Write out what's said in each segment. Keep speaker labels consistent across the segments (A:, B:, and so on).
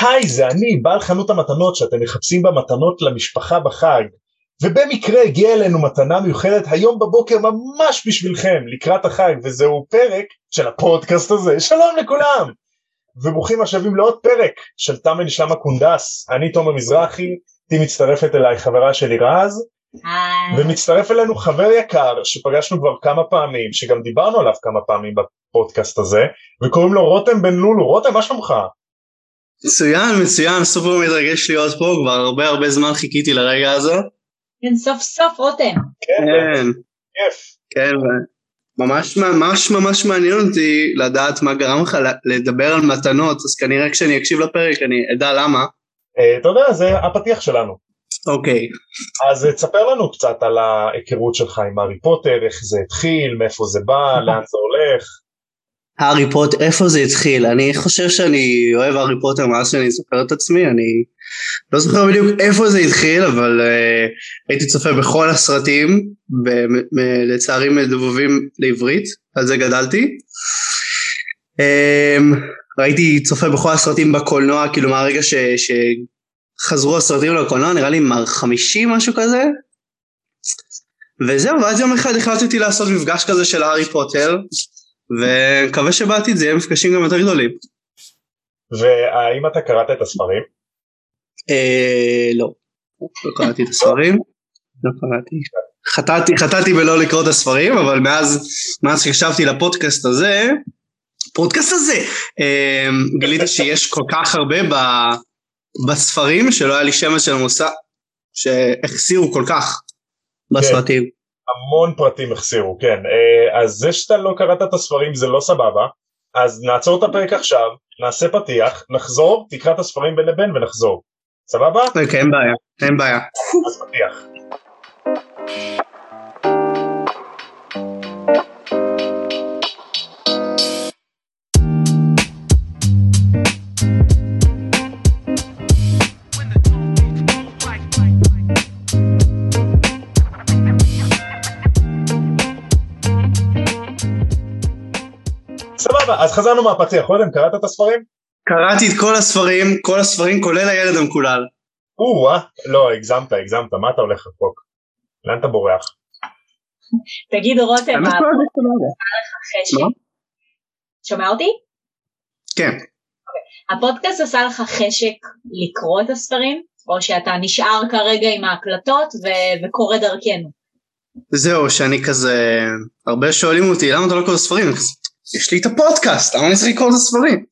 A: היי, זה אני, בעל חנות המתנות שאתם מחפשים בה מתנות למשפחה בחג. ובמקרה הגיעה אלינו מתנה מיוחדת היום בבוקר ממש בשבילכם, לקראת החג, וזהו פרק של הפודקאסט הזה. שלום לכולם! וברוכים השבים לעוד פרק של תם ונשלם הקונדס. אני תומר מזרחי, איתי מצטרפת אליי חברה שלי רז,
B: היי.
A: ומצטרף אלינו חבר יקר שפגשנו כבר כמה פעמים, שגם דיברנו עליו כמה פעמים בפודקאסט הזה, וקוראים לו רותם בן לולו. רותם, מה שלומך?
C: מצוין, מצוין, סופר מתרגש להיות פה, כבר הרבה הרבה זמן חיכיתי לרגע הזה.
B: כן, סוף סוף רותם.
C: כן,
A: כיף.
C: כן, ו- ממש ממש ממש מעניין אותי לדעת מה גרם לך ל- לדבר על מתנות, אז כנראה כשאני אקשיב לפרק אני אדע למה.
A: אה, אתה יודע, זה הפתיח שלנו.
C: אוקיי,
A: אז אה, תספר לנו קצת על ההיכרות שלך עם הארי פוטר, איך זה התחיל, מאיפה זה בא, לאן זה הולך.
C: הארי פוטר, איפה זה התחיל? אני חושב שאני אוהב הארי פוטר מאז שאני זוכר את עצמי, אני לא זוכר בדיוק איפה זה התחיל, אבל אה, הייתי צופה בכל הסרטים, ב- מ- לצערי מדובבים לעברית, על זה גדלתי. אה, ראיתי צופה בכל הסרטים בקולנוע, כאילו מהרגע ש, שחזרו הסרטים לקולנוע, נראה לי מר חמישי משהו כזה. וזהו, ואז יום אחד החלטתי לעשות מפגש כזה של הארי פוטר, ומקווה שבעתיד זה יהיה מפגשים גם יותר גדולים.
A: והאם אתה קראת את הספרים?
C: אה, לא. לא קראתי את הספרים. לא קראתי. חטאתי, חטאתי בלא לקרוא את הספרים, אבל מאז, מאז שהקשבתי לפודקאסט הזה, פודקאסט הזה, אה, גיליתי שיש כל כך הרבה ב, בספרים שלא היה לי שמץ של מושג, שהחסירו כל כך בסרטים.
A: המון פרטים החסירו, כן. אה, אז זה שאתה לא קראת את הספרים זה לא סבבה, אז נעצור את הפרק עכשיו, נעשה פתיח, נחזור, תקרא את הספרים בין לבין ונחזור. סבבה?
C: אוקיי, אין בעיה, אין בעיה.
A: אז פתיח. סבבה, אז חזרנו מהפתיח, קודם קראת את הספרים?
C: קראתי את כל הספרים, כל הספרים כולל הילד המקולל.
A: או-אה, לא, הגזמת, הגזמת, מה אתה הולך לחוק? לאן אתה בורח?
B: תגיד רותם, מה אחרי ש...
C: מה?
B: שומע אותי?
C: כן.
B: הפודקאסט עשה לך חשק לקרוא את הספרים, או שאתה נשאר כרגע עם ההקלטות ו- וקורא דרכנו?
C: זהו, שאני כזה... הרבה שואלים אותי, למה אתה לא קורא ספרים? אני כזה, יש לי את הפודקאסט, למה אני צריך לקרוא את הספרים?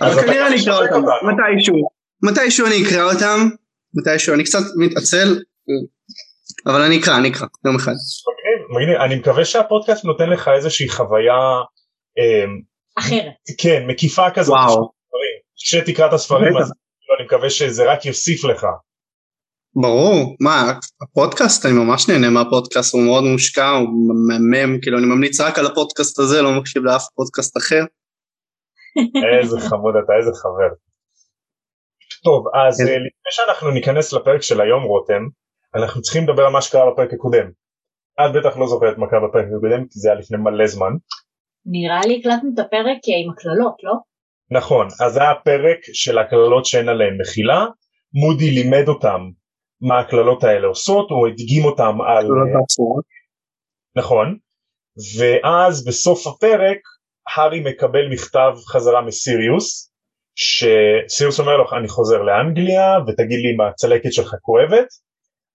A: אז
C: אבל
A: אתה
C: כנראה אני אקרא
A: משתק
C: אותם,
A: אותנו.
C: מתישהו. מתישהו אני אקרא אותם, מתישהו, אני קצת מתעצל, אבל אני אקרא, אני אקרא, יום אחד.
A: מגניב, מגניב. אני מקווה שהפודקאסט נותן לך איזושהי חוויה, אמ,
B: אחרת.
A: כן, מקיפה כזאת,
C: וואו,
A: כשתקרא את הספרים,
C: בטח.
A: אז כאילו, אני מקווה שזה רק יוסיף לך.
C: ברור. מה, הפודקאסט, אני ממש נהנה מהפודקאסט, הוא מאוד מושקע, הוא מהמם, כאילו אני ממליץ רק על הפודקאסט הזה, לא מקשיב לאף פודקאסט אחר.
A: איזה חמוד אתה, איזה חבר. טוב, אז
C: איזה-
A: אה, לפני שאנחנו ניכנס לפרק של היום, רותם, אנחנו צריכים לדבר על מה שקרה בפרק הקודם. את בטח לא זוכרת מה קרה בפרק הקודם, כי זה היה לפני מלא זמן.
B: נראה לי הקלטנו את הפרק אה, עם הקללות, לא?
A: נכון, אז זה הפרק של הקללות שאין עליהן מחילה, מודי לימד אותם מה הקללות האלה עושות, הוא הדגים אותם על... נכון, ואז בסוף הפרק הארי מקבל מכתב חזרה מסיריוס, שסיריוס אומר לו אני חוזר לאנגליה ותגיד לי אם הצלקת שלך כואבת,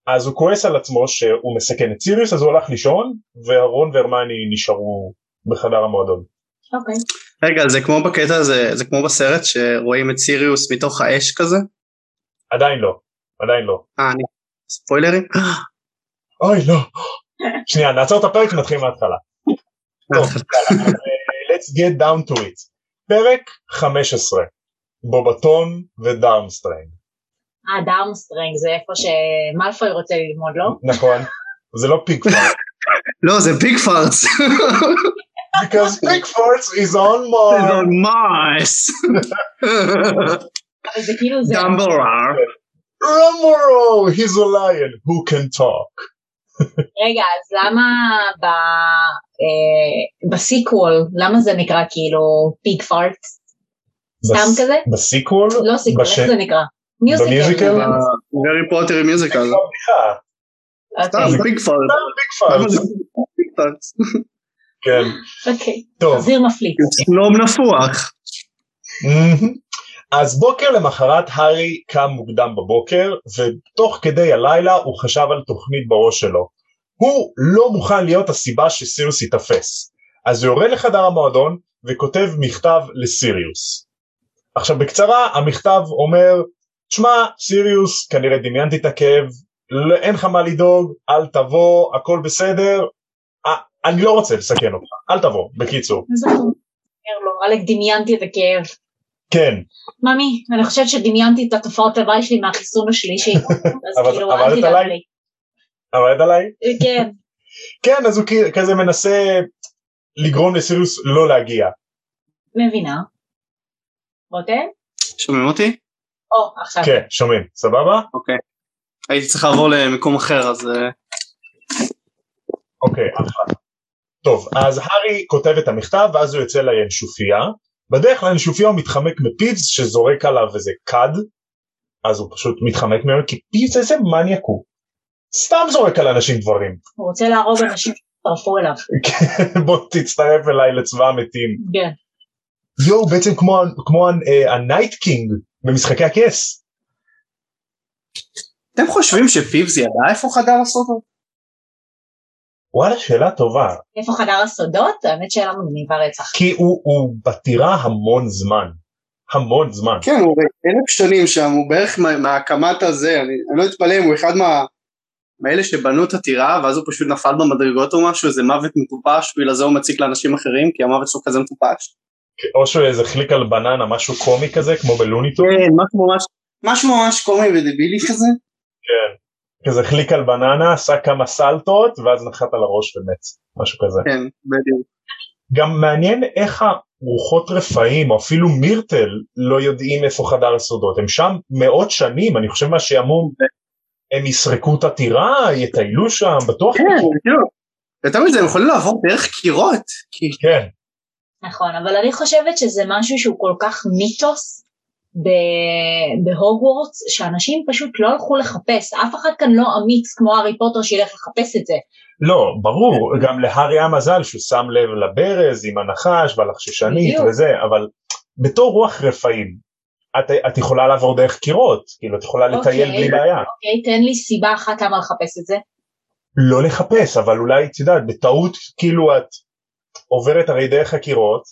A: אז הוא כועס על עצמו שהוא מסכן את סיריוס אז הוא הלך לישון, והרון והרמני נשארו בחדר המועדון.
B: אוקיי.
C: רגע, זה כמו בקטע הזה, זה כמו בסרט שרואים את סיריוס מתוך האש כזה?
A: עדיין לא, עדיין לא.
C: אה, אני... ספוילרים?
A: אוי לא. שנייה, נעצור את הפרק ונתחיל מההתחלה. טוב, יאללה, אז, אה, let's get down to it. פרק 15, בובטון ודארמסטרנג,
B: אה, דארמסטרנג זה איפה שמאלפוי רוצה ללמוד, לא?
A: נכון? זה לא פיג פארט.
C: לא, זה ביג פארטס.
A: Because פיג פארט is on more.
C: מרס.
B: אבל זה כאילו זה...
C: דמבלר.
A: Romero, he's a lion who can talk.
B: רגע, אז למה ב... אה, בסיקוול, למה זה נקרא כאילו פיג פארט? סתם
A: בס-
B: כזה?
A: בסיקוול?
B: לא סיכוי,
A: בש-
B: איך זה נקרא? מיוזיקל.
A: במיוזיקל?
B: אבל-
C: הארי פוטר אה, עם מיוזיקל.
A: בבדיחה.
C: סתם,
B: אוקיי,
A: זה-
C: ביג פארט.
A: סתם ביג פארט.
C: למה זה ביג פארט?
A: כן.
B: אוקיי.
A: טוב.
B: חזיר מפליץ.
C: סלום לא נפוח.
A: מהמם. אז בוקר למחרת הארי קם מוקדם בבוקר, ותוך כדי הלילה הוא חשב על תוכנית בראש שלו. הוא לא מוכן להיות הסיבה שסיריוס ייתפס. אז הוא יורד לחדר המועדון וכותב מכתב לסיריוס. עכשיו בקצרה, המכתב אומר, שמע, סיריוס, כנראה דמיינתי את הכאב, לא- אין לך מה לדאוג, אל תבוא, הכל בסדר, א- אני לא רוצה לסכן אותך, אל תבוא, בקיצור.
B: אז אנחנו אומר לו, אלק, דמיינתי את הכאב.
A: כן,
B: ממי, אני חושבת שדמיינתי את התופעות לוואי שלי מהחיסון השלישי. אז
A: אבל-
B: כאילו,
A: אבל
B: אל
A: את
B: תדאג
A: עליי.
B: לי.
A: עבד עליי?
B: כן,
A: כן אז הוא כ- כזה מנסה לגרום לסיריוס לא להגיע
B: מבינה. רותם?
C: שומעים אותי?
B: או, עכשיו.
A: כן שומעים סבבה
C: אוקיי. הייתי צריך לעבור למקום אחר, אז... אה,
A: אוקיי אחלה טוב אז הארי כותב את המכתב ואז הוא יוצא לינשופיה בדרך לינשופיה הוא מתחמק מפיבס שזורק עליו איזה כד אז הוא פשוט מתחמק ממנו כי פיבס איזה מניאק הוא סתם זורק על אנשים דברים
B: הוא רוצה להרוג אנשים שהצטרפו אליו.
A: כן, בוא תצטרף אליי לצבא המתים
B: כן.
A: יואו בעצם כמו, כמו אה, הנייט קינג במשחקי הכס
C: אתם חושבים שפיבס ידע איפה חדר הסודות?
A: וואלה שאלה טובה
B: איפה חדר הסודות? האמת שאלה מגניבה רצח.
A: כי הוא, הוא בטירה המון זמן. המון זמן.
C: כן, הוא הרי אלף שנים שם, הוא בערך מה- מהקמת הזה, אני אני לא אתפלא אם הוא אחד מה... מאלה שבנו את הטירה, ואז הוא פשוט נפל במדרגות או משהו, איזה מוות מטופש, בגלל זה הוא מציק לאנשים אחרים, כי המוות שלו כזה מטופש.
A: או שהוא איזה חליק על בננה, משהו קומי כזה, כמו בלוניטון.
C: כן, משהו ממש... משהו ממש קומי ודבילי כזה.
A: כזה חליק על בננה, עשה כמה סלטות, ואז נחת על הראש ומת. משהו כזה.
C: כן, בדיוק.
A: גם מעניין איך הרוחות רפאים, או אפילו מירטל, לא יודעים איפה חדר הסודות. הם שם מאות שנים, אני חושב מהשעמום. הם יסרקו את הטירה, יטיילו שם, בטוח.
C: כן, בדיוק. יותר מזה, הם יכולים לעבור דרך קירות. כי
A: כן.
B: נכון, אבל אני חושבת שזה משהו שהוא כל כך מיתוס ב- בהוגוורטס, שאנשים פשוט לא הלכו לחפש. אף אחד כאן לא אמיץ כמו הארי פוטר שילך לחפש את זה.
A: לא, ברור, גם להארי היה מזל שהוא שם לב לברז עם הנחש והלחששנית
B: בדיוק.
A: וזה, אבל בתור רוח רפאים, את, את יכולה לעבור דרך קירות, כאילו את יכולה לטייל
B: אוקיי.
A: בלי בעיה.
B: אוקיי, תן לי סיבה אחת למה לחפש את זה.
A: לא לחפש, אבל אולי, את יודעת, בטעות כאילו את עוברת הרי דרך הקירות,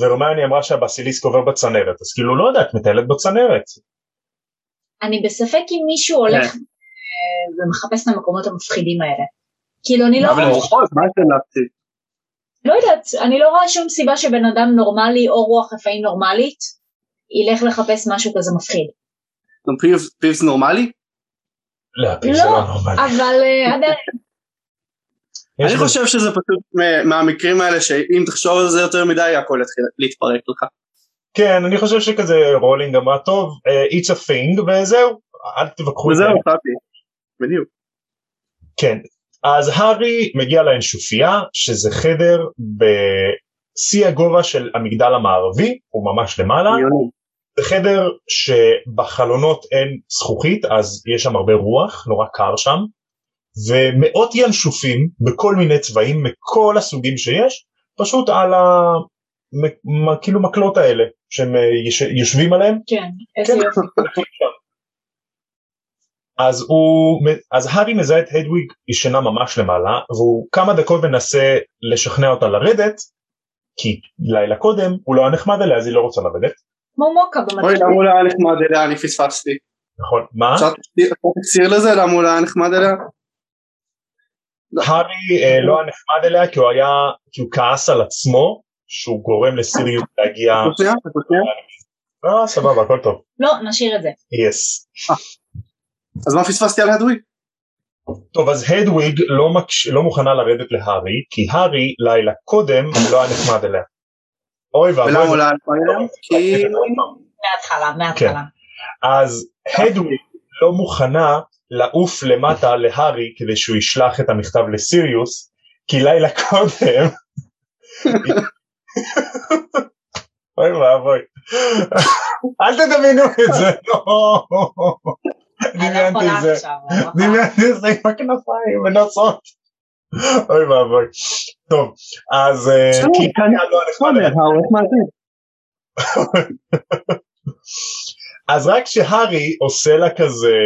A: ורומני אמרה שהבסיליסק עובר בצנרת, אז כאילו לא יודעת, מטיילת בצנרת.
B: אני בספק אם מישהו הולך
C: כן.
B: אה, ומחפש את המקומות המפחידים האלה. כאילו, אני לא
C: אבל הם
B: רואה-
C: רוחות, מה יש להם להפסיד?
B: לא יודעת, אני לא רואה שום סיבה שבן אדם נורמלי או רוח רפאים נורמלית ילך לחפש משהו כזה מפחיד.
C: גם פיבס- פיבס נורמלי?
A: להפיל זה
B: לא,
A: לא נורמלי.
B: אבל אה, עדיין,
A: יש
C: אני
A: בזה-
C: חושב שזה פשוט מ- מהמקרים האלה שאם תחשוב על זה יותר מדי הכל יתחיל להתפרק לך.
A: כן, אני חושב שכזה רולינג אמרה, טוב, אה, it's a thing, וזהו, אל תבקחו את זה.
C: וזהו, פאפי. בדיוק.
A: כן, אז הארי מגיע לאנשופיה, שזה חדר בשיא הגובה של המגדל המערבי, הוא ממש למעלה,
C: הגיוני.
A: זה חדר שבחלונות אין זכוכית, אז יש שם הרבה רוח, נורא קר שם, ומאות ינשופים בכל מיני צבעים, מכל הסוגים שיש, פשוט על ה... מ- מ- כאילו מקלות האלה, שהם אה, יש- יושבים עליהם,
B: כן, איזה
A: כן.
B: יופי.
A: אז הוא, אז הארי מזהה את הדוויג ישנה ממש למעלה, והוא כמה דקות מנסה לשכנע אותה לרדת, כי לילה קודם הוא לא היה נחמד אליה אז היא לא רוצה לרדת,
B: כמו מוקה
C: אוי,
B: במטרה.
C: למה הוא לא היה נחמד אליה? אני פספסתי.
A: נכון? מה? אה.
C: אפשר תקציר- אפשר תקציר לזה? למה הוא לא היה נחמד אליה?
A: הארי אה, לא היה נחמד אליה כי הוא היה, כי הוא כעס על עצמו, שהוא גורם לסיריוס להגיע,
C: פשוט שנייה, פשוט שנייה.
A: אה סבבה הכל טוב,
B: לא, נשאיר את זה.
A: יס.
C: אז מה פספסתי על הדווי?
A: אה, טוב אז הדוויג לא, מקש... לא מוכנה לרדת להארי, כי הארי לילה קודם לא היה נחמד אליה. אוי
C: ולמה הוא
A: ואבוי.
C: לא היה נחמד אליה? כי...
B: מההתחלה, מההתחלה.
A: כן. אז הדוויג לא מוכנה לעוף למטה להארי כדי שהוא ישלח את המכתב לסיריוס, כי לילה קודם... אוי ואבוי. אל תדמיינו את זה, לא.
B: אני לא
A: דמיינתי
B: יכולה
A: את זה.
B: עכשיו, אני לא יכולה.
A: דמיינתי את זה עם הכנפיים ונוצות. אוי ואבוי. טוב, אז... אה,
C: בסדר,
A: כי- אה.
C: כאן-
A: לא, נחמד,
C: כן.
A: אז רק כשהארי עושה לה כזה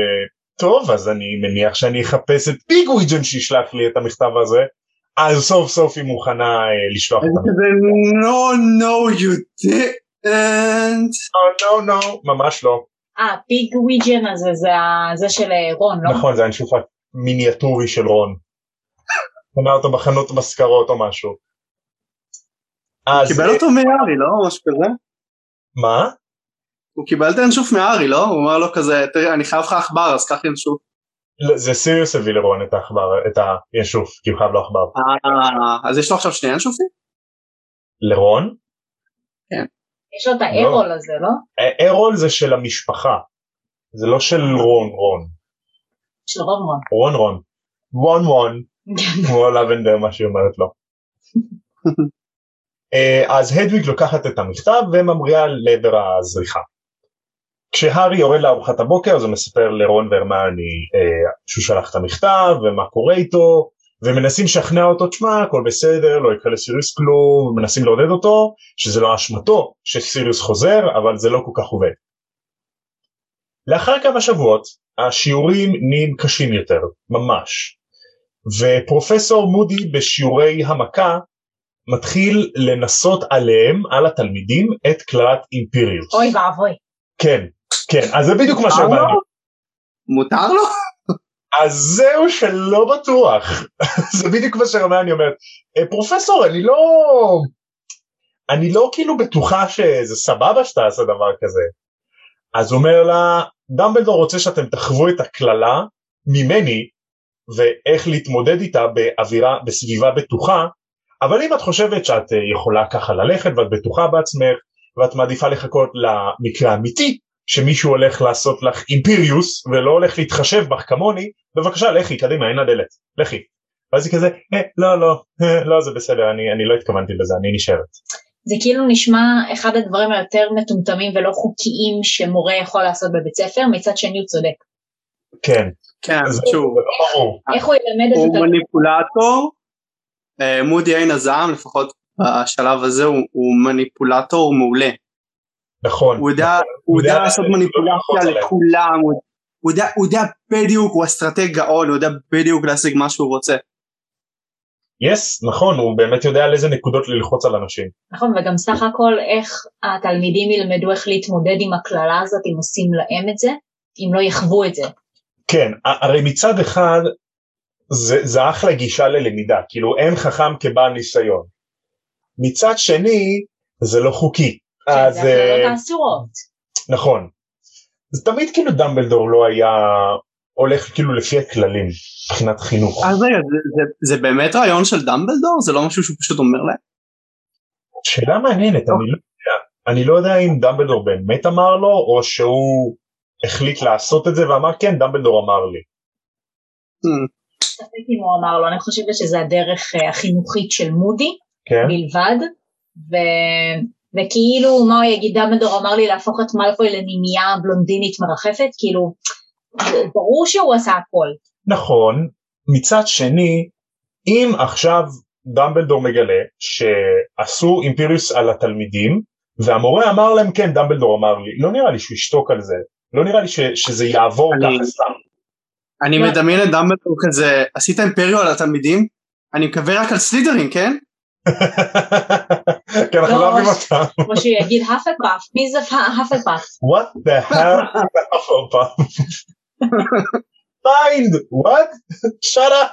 A: טוב אז אני מניח שאני אחפש את פיגוויג'ן שישלח לי את המכתב הזה אז סוף סוף היא מוכנה אה, לשלוח את המכתב.
C: No, no, you didn't.
A: לא, לא, לא, ממש לא.
B: אה, פיג וויג'ן הזה, זה ה- זה של אה, רון, לא?
A: נכון זה הנשוף המיניאטורי של רון. קנה אותו בחנות מזכרות או משהו. אז...
C: קיבל אותו מארי, לא? משהו כזה?
A: מה?
C: הוא קיבל את האנשוף מארי, לא? הוא אמר לו כזה, תראה, אני חייב לך עכבר, אז קח לי אנשוף.
A: לא, זה סיריוס הביא לרון את העכבר, את הינשוף, כי הוא חייב לו עכבר.
C: אה, אז יש לו עכשיו שני אנשופים?
A: לרון?
B: יש לו את הארול הזה, לא?
A: אה, ארול זה של המשפחה. זה לא של רון רון.
B: של רון רון.
A: רון רון. וון וון. כמו לבנדר מה שהיא אומרת לו. אה, אז הדוויג לוקחת את המכתב וממריאה לעבר הזריחה. כשהארי יורד לארוחת הבוקר אז הוא מספר לרון והרמני אה, שהוא שלח את המכתב ומה קורה איתו ומנסים לשכנע אותו תשמע הכל בסדר לא יקרה לסיריוס כלום מנסים לעודד אותו שזה לא אשמתו שסיריוס חוזר אבל זה לא כל כך עובד. לאחר כמה שבועות השיעורים נהיים קשים יותר ממש ופרופסור מודי בשיעורי המכה מתחיל לנסות עליהם, על התלמידים, את קללת אימפיריוס.
B: אוי ואבוי.
A: כן, כן, אז זה בדיוק
C: אה,
A: מה שאמרנו.
C: לא? מותר לו?
A: אז זהו שלא בטוח. זה בדיוק מה שרמני אומרת. "אה, פרופסור, אני לא... אני לא כאילו בטוחה שזה סבבה שאתה עושה דבר כזה. אז הוא אומר לה, דמבלדור רוצה שאתם תחוו את הקללה ממני, ואיך להתמודד איתה באווירה, בסביבה בטוחה, אבל אם את חושבת שאת אה, יכולה ככה ללכת ואת בטוחה בעצמך, ואת מעדיפה לחכות למקרה האמיתי, שמישהו הולך לעשות לך אימפיריוס ולא הולך להתחשב בך כמוני, בבקשה לכי קדימה אין לדלת, לכי. ואז היא כזה, אה, לא לא, אה, לא זה בסדר, אני, אני לא התכוונתי לזה, אני נשארת.
B: זה כאילו נשמע אחד הדברים היותר מטומטמים ולא חוקיים שמורה יכול לעשות בבית ספר, מצד שני הוא צודק.
A: כן,
C: כן,
A: אז
C: שוב.
A: זה לא ברור.
B: איך הוא ילמד את
C: הוא
B: התלמיד?
C: מניפולטור. אה, מודי עין הזעם, לפחות בשלב הזה, הוא- הוא מניפולטור מעולה.
A: נכון.
C: הוא יודע, הוא יודע לעשות מניפולציה לכולם, הוא- הוא יודע- הוא יודע בדיוק, הוא אסטרטג גאון, הוא יודע בדיוק להשיג מה שהוא רוצה.
A: יס, נכון, הוא באמת יודע על איזה נקודות ללחוץ על אנשים.
B: נכון, וגם סך הכל איך התלמידים ילמדו איך להתמודד עם הקללה הזאת, אם עושים להם את זה, אם לא יחוו את זה.
A: כן, ה- הרי מצד אחד זה, זה אחלה גישה ללמידה, כאילו אין חכם כבעל ניסיון. מצד שני, זה לא חוקי. אז...
B: שזה
A: אה,
B: הקללות האסורות.
A: נכון. זה תמיד כאילו דמבלדור לא היה הולך כאילו לפי הכללים מבחינת חינוך.
C: אז רגע, זה- זה- זה באמת רעיון של דמבלדור? זה לא משהו שהוא פשוט אומר להם?
A: שאלה מעניינת, אני לא יודע. אני לא יודע אם דמבלדור באמת אמר לו, או שהוא החליט לעשות את זה ואמר כן, דמבלדור אמר לי.
C: Hmm,
B: ספק אם הוא אמר לו, אני חושבת שזה הדרך אה, החינוכית של מודי
A: כן?
B: בלבד, ו... וכאילו, מה הוא יגיד, דמדור אמר לי להפוך את מאלפוי לנימייה בלונדינית מרחפת, כאילו, ברור שהוא עשה הכל.
A: נכון. מצד שני, אם עכשיו דמבלדור מגלה שעשו אימפיריוס על התלמידים, והמורה אמר להם כן, דמבלדור אמר לי, לא נראה לי שהוא ישתוק על זה. לא נראה לי ש, שזה יעבור
C: אני-
A: ככה סתם.
C: אני
B: לא.
C: מדמיין את דמבלדור כזה, עשית אימפריו על התלמידים? אני מקווה רק על סלידרין, כן?
A: כי אנחנו
B: לא,
A: לא אוהבים
B: ממש.
A: אותם.
B: כמו שהוא יגיד, האפלפאף, מי זה האפלפאף?
A: What the hell? Hufflepuff. Find what? shut up.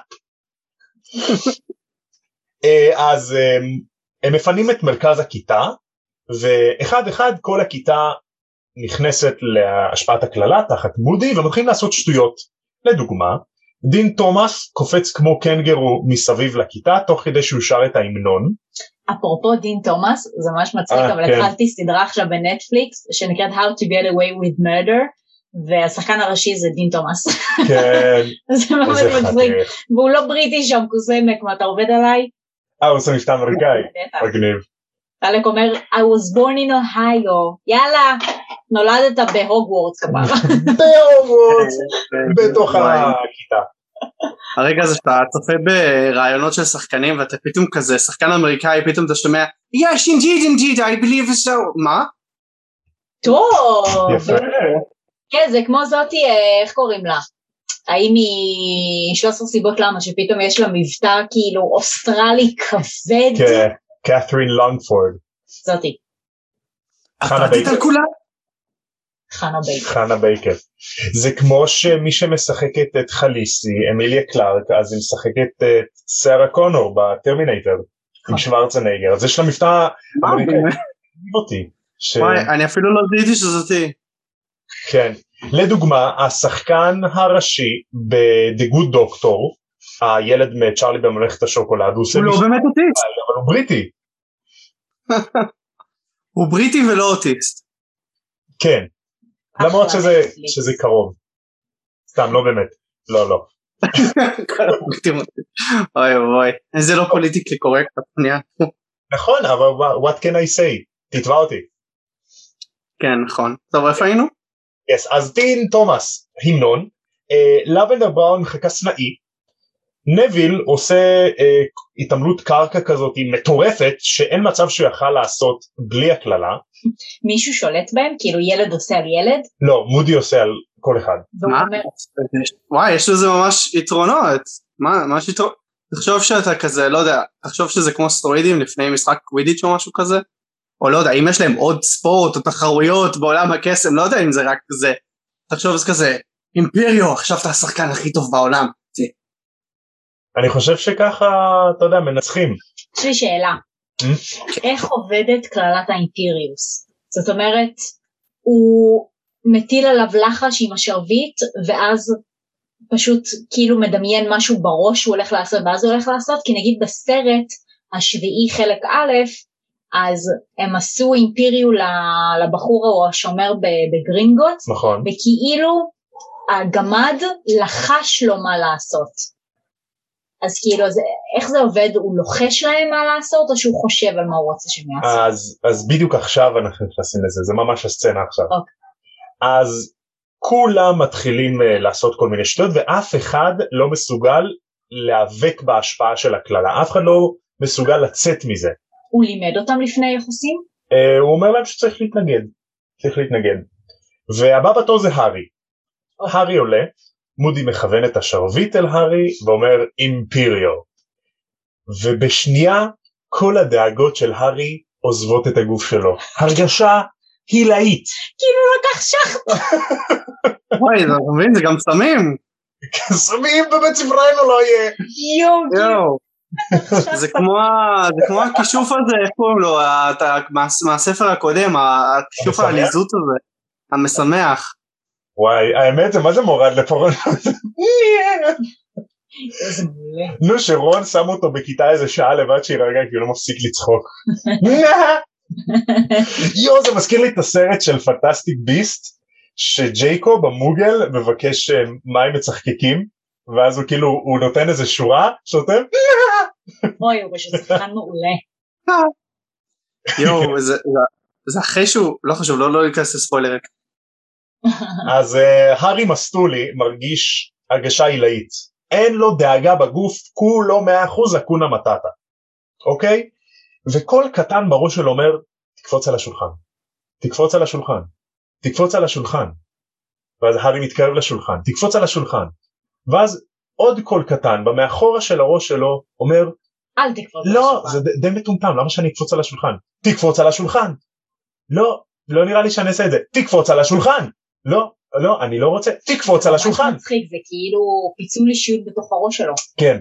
A: אה, אז אה, הם מפנים את מרכז הכיתה ואחד אחד כל הכיתה נכנסת להשפעת הקללה תחת מודי ומתחילים לעשות שטויות. לדוגמה, דין תומאס קופץ כמו קנגרו מסביב לכיתה תוך כדי שהוא שר את ההמנון.
B: אפרופו דין תומאס, זה ממש מצחיק,
A: אה,
B: אבל
A: כן.
B: התחלתי סדרה עכשיו בנטפליקס, שנקראת How to get away with murder, והשחקן הראשי זה דין תומאס.
A: כן,
B: זה ממש
A: איזה
B: מצחיק,
A: חדש.
B: והוא לא בריטי שם, כוסי נק, מה אתה עובד עליי?
A: אה, הוא עושה מבטא אמריקאי.
B: בטח.
A: מגניב.
B: טלק אומר, I was born in Ohio, יאללה, נולדת בהוגוורטס כבר.
C: אה,
A: בהוגוורטס, בתוך
C: וואי.
A: הכיתה.
C: הרגע הזה שאתה צופה ברעיונות של שחקנים ואתה פתאום כזה, שחקן אמריקאי, פתאום אתה שומע, yes indeed indeed I believe so, מה?
B: טוב.
A: יפה.
B: כן, זה כמו זאתי, אה, איך קוראים לה? האם היא 13 סיבות למה, שפתאום יש לה מבטא כאילו אוסטרלי כבד?
A: כן, קת'רין לונגפורד,
B: זאתי,
A: חנה
C: עבדתי
A: בייקר.
C: על כולם?
B: חנה בייקר.
A: חנה בייקר. זה כמו שמי שמשחקת את חליסי, אמיליה קלארק, אז היא משחקת את סארה קונור בטרמינטר,
C: אה.
A: עם שוורצנגר, אז יש לה מבטא
C: מה,
A: אמריקאי.
C: באמת?
A: מדהים אותי. ש...
C: וואי, אני אפילו לא זיהיתי שזאתי.
A: כן. לדוגמה, השחקן הראשי ב-The Good Doctor, הילד מצ'ארלי בממלכת השוקולד, הוא עושה
C: הוא לא
A: משקל,
C: באמת אוטיסט.
A: אבל הוא בריטי.
C: הוא בריטי ולא אוטיסט.
A: כן.
B: אחלה,
A: למרות שזה,
B: נטפליקס.
A: שזה קרוב. סתם, לא באמת. לא, לא.
C: אוי אוי, זה לא פוליטיקלי קורקט, שנייה.
A: נכון, אבל wha- what can I say? תתבע אותי.
C: כן, נכון. טוב, איפה היינו?
A: Yes, אז דין תומאס, המנון, אה, לבנדר בראון מחכה סנאי, נביל עושה אה, התעמלות קרקע כזאת מטורפת שאין מצב שהוא יכל לעשות בלי הקללה,
B: מישהו שולט בהם? כאילו ילד עושה על ילד?
A: לא, מודי עושה על כל אחד.
B: והוא
C: מה?
B: אומר,
C: וואי, יש לזה ממש יתרונות. מה, ממש יתרונות. תחשוב שאתה כזה, לא יודע, תחשוב שזה כמו סטרואידים לפני משחק קווידיץ' או משהו כזה. או לא יודע, אם יש להם עוד ספורט או תחרויות בעולם הקסם, לא יודע אם זה רק זה. תחשוב זה כזה, אימפריו, עכשיו אתה השחקן הכי טוב בעולם. זה,
A: אני חושב שככה, אתה יודע, מנצחים.
B: יש לי שאלה,
A: אה?
B: איך עובדת קללת האימפיריוס? זאת אומרת, הוא מטיל עליו לחש עם השרביט, ואז פשוט כאילו מדמיין משהו בראש שהוא הולך לעשות, ואז הוא הולך לעשות, כי נגיד בסרט השביעי חלק א', אז הם עשו אימפיריו ל- לבחור או השומר ב- בגרינגוט,
A: נכון.
B: וכאילו הגמד לחש לו מה לעשות. אז כאילו, זה, איך זה עובד? הוא לוחש להם מה לעשות, או שהוא חושב על מה הוא רוצה שהם יעשו?
A: אז, אז בדיוק עכשיו אנחנו נכנסים לזה, זה ממש הסצנה עכשיו.
B: אוקיי.
A: אז כולם מתחילים אה, לעשות כל מיני שטויות ואף אחד לא מסוגל להיאבק בהשפעה של הקללה, אף אחד לא מסוגל לצאת מזה.
B: הוא לימד אותם לפני יחוסים?
A: אה, הוא אומר להם שצריך להתנגד, צריך להתנגד. והבא בתור זה הארי. הארי עולה, מודי מכוון את השרביט אל הארי ואומר אימפיריו. ובשנייה כל הדאגות של הארי עוזבות את הגוף שלו. הרגשה הילאית.
B: לקח שח!
C: וואי, אתה מבין? זה גם סמים.
A: סמים בבית ספרנו לא יהיה.
B: יואו, כאילו,
C: יואו.
B: שח.
C: זה כמו ה- זה כמו הכישוף הזה, איך קוראים לו? ה- ה- מה- מהספר הקודם, ה- הכישוף
A: המשמח?
C: העליזות הזה. המשמח.
A: וואי, האמת זה מה זה מורד לפורענות.
B: איזה מעולה.
A: נו, שרון שם אותו בכיתה איזה שעה לבד שיירגע כי הוא לא מפסיק לצחוק. יואו, זה מזכיר לי את הסרט של פנטסטיק ביסט, שג'ייקוב המוגל מבקש אה, מים מצחקקים, ואז הוא כאילו, הוא נותן איזה שורה, שותם,
B: אוי, הוא פשוט שחקן מעולה.
C: יואו, זה- זה- זה אחרי שהוא, לא חשוב, לא לא להיכנס לספוילרים.
A: אז אה, הארי מסטולי מרגיש הרגשה עילאית. אין לו דאגה בגוף, כולו לא מאה אחוז אקונה מטאטה, אוקיי? וכל קטן בראש שלו אומר, תקפוץ על השולחן, תקפוץ על השולחן, תקפוץ על השולחן. ואז הארי מתקרב לשולחן, תקפוץ על השולחן. ואז עוד קול קטן במאחורה של הראש שלו אומר,
B: אל תקפוץ.
A: לא,
B: בשב"ן.
A: זה ד- די מטומטם, למה שאני אקפוץ על השולחן? תקפוץ על השולחן. לא, לא נראה לי שאני אעשה את זה. תקפוץ על השולחן. לא, לא, אני לא רוצה. תקפוץ על השולחן.
B: ממש מצחיק, זה כאילו פיצול אישיות בתוך הראש שלו.
A: כן,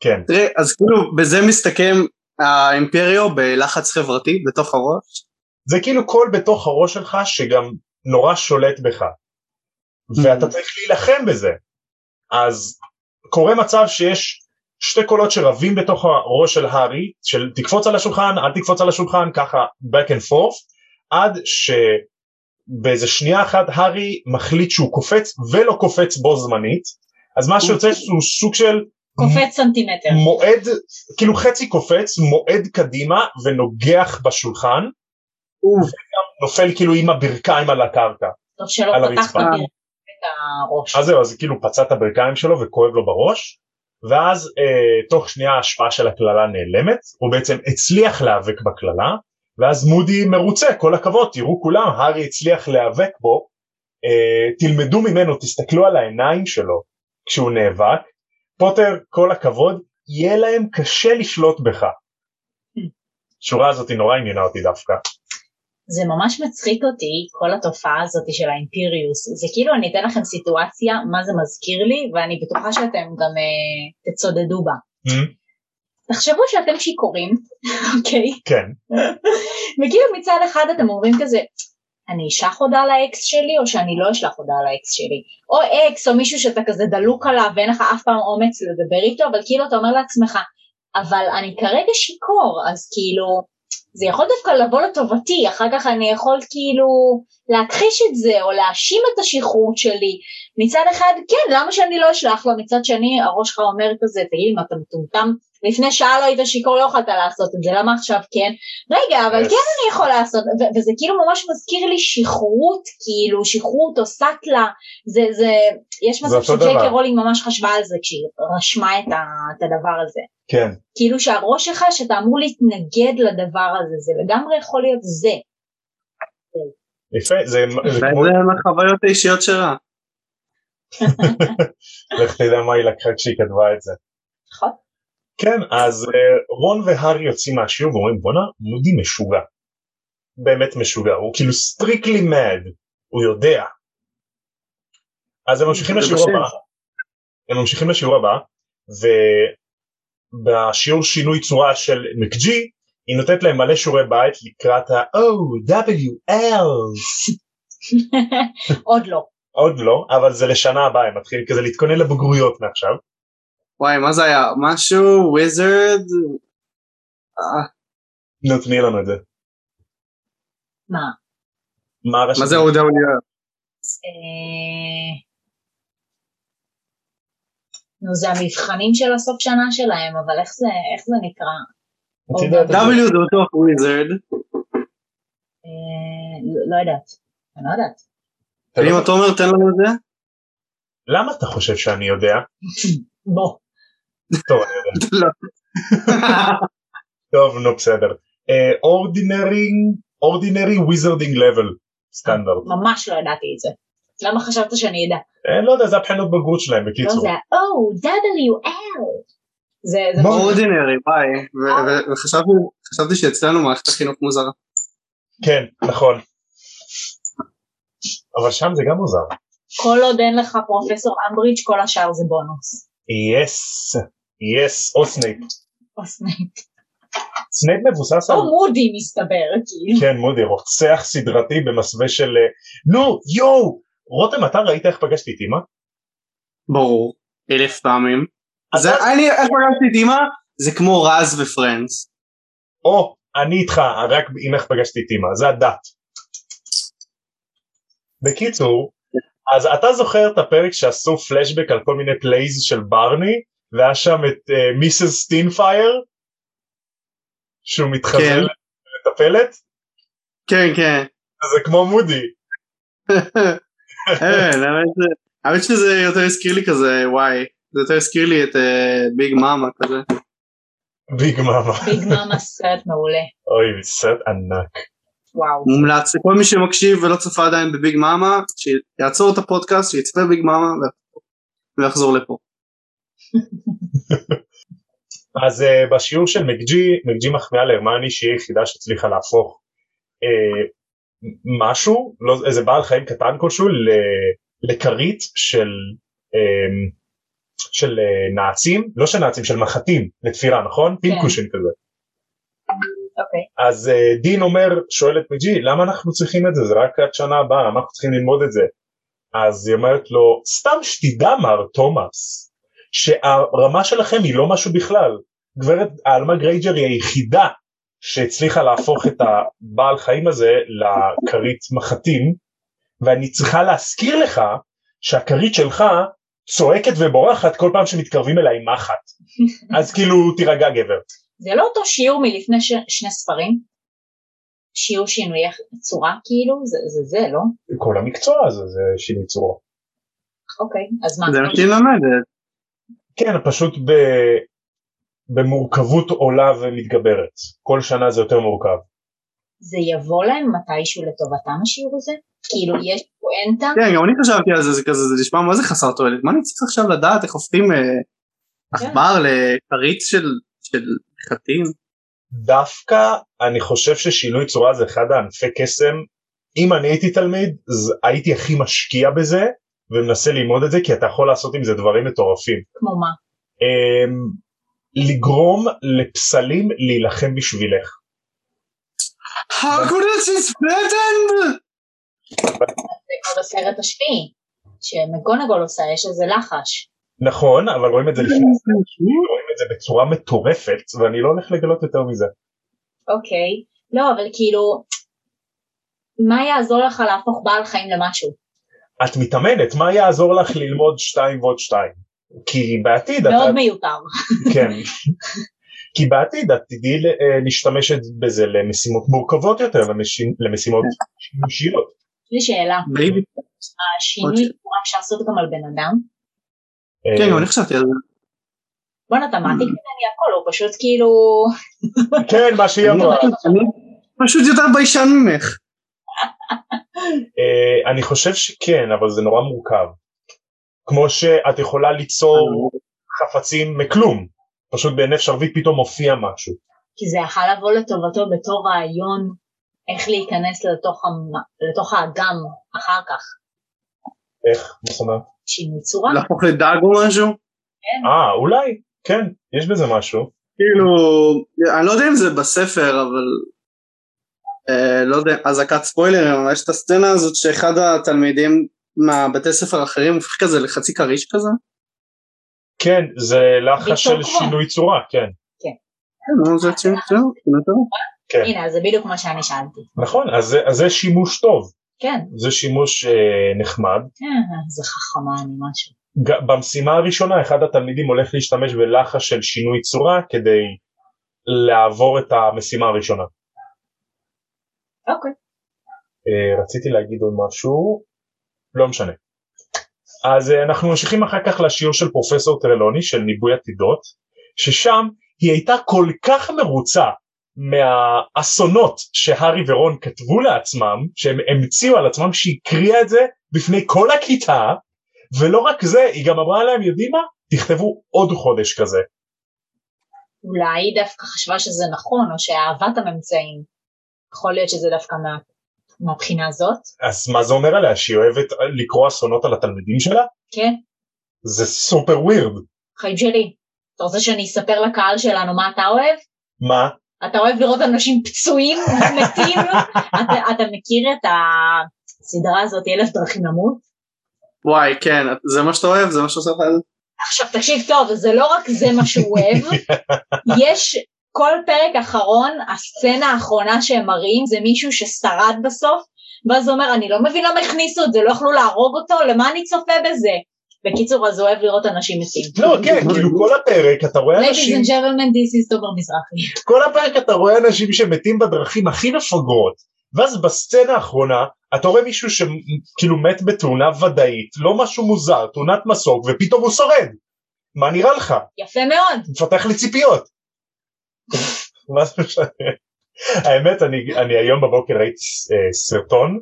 A: כן.
C: תראה, אז כאילו, בזה מסתכם האימפריו בלחץ חברתי בתוך הראש.
A: זה כאילו קול בתוך הראש שלך שגם נורא שולט בך. ואתה צריך להילחם בזה. אז קורה מצב שיש שתי קולות שרבים בתוך הראש של הארי, של תקפוץ על השולחן, אל תקפוץ על השולחן, ככה back and forth, עד שבאיזה שנייה אחת הארי מחליט שהוא קופץ ולא קופץ בו זמנית, אז מה שיוצא שהוא סוג של
B: קופץ סנטימטר.
A: מועד, כאילו חצי קופץ, מועד קדימה ונוגח בשולחן, וגם נופל כאילו עם הברכיים על הקרקע.
B: טוב שלא
A: על
B: פתחת
A: הרצפה.
B: ברכיים את הראש.
A: אז זהו, אז כאילו פצע את הברכיים שלו וכואב לו בראש, ואז אה, תוך שנייה ההשפעה של הקללה נעלמת, הוא בעצם הצליח להיאבק בקללה, ואז מודי מרוצה, כל הכבוד, תראו כולם, הארי הצליח להיאבק בו, אה, תלמדו ממנו, תסתכלו על העיניים שלו כשהוא נאבק, פוטר, כל הכבוד, יהיה להם קשה לשלוט בך. השורה הזאת נורא עניינה אותי דווקא.
B: זה ממש מצחיק אותי, כל התופעה הזאת של האימפיריוס. זה כאילו, אני אתן לכם סיטואציה, מה זה מזכיר לי, ואני בטוחה שאתם גם אה, תצודדו בה.
A: Hmm?
B: תחשבו שאתם שיכורים, אוקיי?
A: כן,
B: וכאילו מצד אחד אתם אומרים כזה, אני אשלח הודעה לאקס שלי, או שאני לא אשלח הודעה לאקס שלי. או אקס, או מישהו שאתה כזה דלוק עליו ואין לך אף פעם אומץ לדבר איתו, אבל כאילו אתה אומר לעצמך, אבל אני כרגע שיכור, אז כאילו, זה יכול דווקא לבוא לטובתי, אחר כך אני יכול כאילו להכחיש את זה, או להאשים את השכרות שלי. מצד אחד, כן, למה שאני לא אשלח לו? מצד שני, הראש שלך אומר כזה, תגיד, מה אתה מטומטם? לפני שעה לא היית שיכור, לא יכולת לעשות את זה, למה עכשיו כן? רגע, אבל
A: Yes.
B: כן אני יכול לעשות, ו- וזה כאילו ממש מזכיר לי שכרות, כאילו, שכרות או סאטלה, זה, זה, יש
A: זה
B: מצב
A: אותו
B: שג'יי
A: דבר.
B: קרולינג ממש חשבה על זה כשהיא רשמה את, ה, את הדבר הזה.
A: כן.
B: כאילו שהראש שלך שאתה אמור להתנגד לדבר הזה, זה לגמרי יכול להיות זה.
A: יפה, זה, זה כמו
C: וזה מהחוויות האישיות שלה.
A: לך תדע מה היא לקחה כשהיא כתבה את זה.
B: נכון.
A: כן, אז אה, רון והארי יוצאים מהשיעור ואומרים בואנה, מודי משוגע. באמת משוגע, הוא כאילו סטריקלי מד, הוא יודע. אז הם ממשיכים
C: זה
A: לשיעור
C: בשם.
A: הבא. הם ממשיכים לשיעור הבא, ובשיעור שינוי צורה של מקג'י, היא נותנת להם מלא שיעורי בית לקראת ה-OWLs.
B: עוד לא.
A: עוד לא, אבל זה לשנה הבאה, הם מתחילים כזה להתכונן לבגרויות מעכשיו.
C: וואי, מה זה היה? משהו? אה, וויזרד?
A: נו, תני לנו את זה.
B: מה?
A: מה הרשת?
C: מה זה OWL?
B: אה, נו, זה המבחנים של הסוף שנה שלהם, אבל איך זה, איך זה נקרא?
A: את יודעת את זה.
C: W זה אותו וויזרד.
B: אה, לא- לא יודעת. אני לא יודעת.
A: אתה לא-
C: אם אתה אומר, תן לנו את זה.
A: למה אתה חושב שאני יודע?
B: בוא.
A: טוב, אני יודע.
C: לא.
A: טוב, נו, בסדר. אה, אורדינרי, אורדינרי וויזרדינג לבל, סטנדרט.
B: ממש לא ידעתי את זה. למה חשבת שאני אדע?
A: אה, לא יודע, זה הבחינות בגרות שלהם,
B: לא
A: בקיצור.
B: זה ה- O-W-L. זה, זה
A: מה?
C: אורדינרי, ביי. ו- ו- וחשבתי חשבתי שאצלנו מערכת החינוך מוזרה.
A: כן, נכון. אבל שם זה גם מוזר.
B: כל עוד אין לך פרופסור אמברידג', כל השאר זה בונוס.
A: יס, יס, או סנייפ.
B: או סנייפ.
A: סנייפ מבוסס על...
B: או מודי מסתבר, כאילו.
A: כן, מודי, רוצח סדרתי במסווה של... אה, נו, יואו! רותם, אתה ראית איך פגשתי את אמא?
C: ברור. אלף פעמים. זה,
A: אתה-
C: אני, איך פגשתי את אימא? זה כמו רז ופרנדס.
A: או, אני איתך, רק עם איך פגשתי את אמא, זה הדת. בקיצור, אז אתה זוכר את הפרק שעשו פלשבק על כל מיני פלייז של ברני, והיה שם את אה, מיסס סטינפייר, שהוא מתחזר
C: כן.
A: למטפלת?
C: כן, כן.
A: אז זה כמו מודי.
C: כן, האמת ש- האמת שזה יותר הזכיר לי כזה, וואי. זה יותר הזכיר לי את אה, ביג מאמה כזה.
A: ביג מאמה.
B: ביג מאמה סרט מעולה.
A: אוי, סרט ענק.
B: וואו.
C: מומלץ לכל מי שמקשיב ולא צפה עדיין בביג מאמה, שיעצור את הפודקאסט, שיצפה בביג מאמה ו- ויחזור לפה.
A: אז uh, בשיעור של מקג'י, מקג'י מחמיאה להרמני שהיא היחידה שהצליחה להפוך uh, משהו, לא, איזה בעל חיים קטן כלשהו, ל- לכרית של, um, של uh, נעצים, לא של נעצים, של מחטים לתפירה, נכון?
B: כן.
A: פינקושין כזה.
B: אוקיי.
A: אז uh, דין אומר, שואל את מקג'י, למה אנחנו צריכים את זה? זה רק עד שנה הבאה, למה אנחנו צריכים ללמוד את זה? אז היא אומרת לו, סתם שתדע מר תומאס, שהרמה שלכם היא לא משהו בכלל. גברת אלמה גרייג'ר היא היחידה שהצליחה להפוך את הבעל חיים הזה לכרית מחטים, ואני צריכה להזכיר לך שהכרית שלך צועקת ובורחת כל פעם שמתקרבים אליי עם מחט. אז כאילו, תירגע גבר.
B: זה לא אותו שיעור מלפני ש... שני ספרים? שיעור שינוי צורה כאילו? זה זה, זה לא?
A: כל המקצוע הזה זה שינוי צורה.
B: אוקיי, אז מה?
C: זה מה שהיא לומדת.
A: כן, פשוט ב... במורכבות עולה ומתגברת. כל שנה זה יותר מורכב.
B: זה יבוא להם מתישהו לטובתם השיעור הזה? כאילו יש פואנטה?
C: כן, גם אני חשבתי על זה, זה כזה, זה נשמע מה זה חסר תועלת. מה אני צריך עכשיו לדעת איך הופכים אה, עכבר לכרית של, של חטים?
A: דווקא אני חושב ששינוי צורה זה אחד הענפי קסם. אם אני הייתי תלמיד, אז הייתי הכי משקיע בזה ומנסה ללמוד את זה, כי אתה יכול לעשות עם זה דברים מטורפים.
B: כמו מה?
A: אמ, לגרום לפסלים להילחם בשבילך.
C: How could it is threatened?
B: זה כמו בסרט השביעי, שמגונגול עושה, יש איזה לחש.
A: נכון, אבל רואים את זה לפני, רואים את זה בצורה מטורפת, ואני לא הולך לגלות יותר מזה.
B: אוקיי. לא, אבל כאילו, מה יעזור לך להפוך בעל חיים למשהו?
A: את מתאמנת, מה יעזור לך ללמוד 2 ועוד 2? כי בעתיד,
B: מאוד
A: את,
B: מיותר.
A: כן, כי בעתיד את תדעי אה, להשתמש בזה למשימות מורכבות יותר, למשימ- למשימות שימושיות.
B: יש לי שאלה,
C: בייבי.
B: השינוי תמורה אפשר לעשות גם על בן אדם?
A: אה,
C: כן, גם אני חשבתי על זה.
B: בואנה, אתה מעתיק ממני הכל, הוא פשוט כאילו...
A: כן, מה שהיא אמרה.
C: אני פשוט יותר ביישן ממך.
A: אה, אני חושב שכן, אבל זה נורא מורכב. כמו שאת יכולה ליצור חפצים מכלום, פשוט בהינף שרביט פתאום מופיע משהו.
B: כי זה יכל לבוא לטובתו בתור רעיון איך להיכנס לתוך, המ- לתוך האגם אחר כך.
A: איך? מה זאת אומרת?
B: שינוי צורה.
C: להפוך לדג או משהו?
A: אה, אולי, כן, יש בזה משהו.
C: כאילו, אני לא יודע אם זה בספר, אבל... אה, לא יודע, אזעקת ספוילרים, אבל יש את הסצנה הזאת שאחד התלמידים מהבתי ספר האחרים הופך כזה לחצי כריש כזה.
A: כן, זה לחש של
B: ביטול קבוע.
A: שינוי צורה, כן.
C: כן, נו, זה ציון טוב, ציון טוב.
A: כן.
B: הנה, אז זה בדיוק מה שאני שאלתי.
A: נכון, אז זה- אז זה שימוש טוב,
B: כן,
A: זה שימוש אה, נחמד.
B: אה, זה חכמה אני משהו.
A: ג- במשימה הראשונה אחד התלמידים הולך להשתמש בלחש של שינוי צורה כדי לעבור את המשימה הראשונה.
B: אוקיי.
A: אה, רציתי להגיד עוד משהו, לא משנה. אז אה, אנחנו ממשיכים אחר כך לשיעור של פרופסור טרלוני של ניבוי עתידות, ששם היא הייתה כל כך מרוצה מהאסונות שהארי ורון כתבו לעצמם, שהם המציאו על עצמם, שהיא הקריאה את זה בפני כל הכיתה, ולא רק זה, היא גם אמרה להם, יודעים מה? תכתבו עוד חודש כזה.
B: אולי היא דווקא חשבה שזה נכון, או שאהבת הממצאים. יכול להיות שזה דווקא מה, מהבחינה הזאת.
A: אז מה זה אומר עליה? שהיא אוהבת לקרוא אסונות על התלמידים שלה?
B: כן,
A: זה סופר ווירד.
B: חיים שלי. אתה רוצה שאני אספר לקהל שלנו מה אתה אוהב?
A: מה?
B: אתה אוהב לראות אנשים פצועים, מתים? אתה, אתה מכיר את הסדרה הזאת, אלף דרכים למות?
C: וואי, כן, זה מה שאתה אוהב, זה מה שעושה לך...
B: עכשיו תקשיב טוב, זה לא רק זה מה שהוא אוהב, יש כל פרק אחרון, הסצנה האחרונה שהם מראים זה מישהו ששרד בסוף, ואז הוא אומר, אני לא מבין למה הכניסו את זה, לא יכלו להרוג אותו, למה אני צופה בזה? בקיצור, אז הוא אוהב לראות אנשים מתים.
A: לא, כן, כאילו כל הפרק אתה רואה
B: Ladies
A: אנשים,
B: and gentlemen, this is תומר מזרחי.
A: כל הפרק אתה רואה אנשים שמתים בדרכים הכי מפגרות, ואז בסצנה האחרונה אתה רואה מישהו שכאילו מת בתאונה ודאית, לא משהו מוזר, תאונת מסוק, ופתאום הוא שורד. מה נראה לך?
B: יפה מאוד.
A: מפתח לי ציפיות. מה זה משנה? האמת, אני, אני היום בבוקר ראיתי אה, סרטון,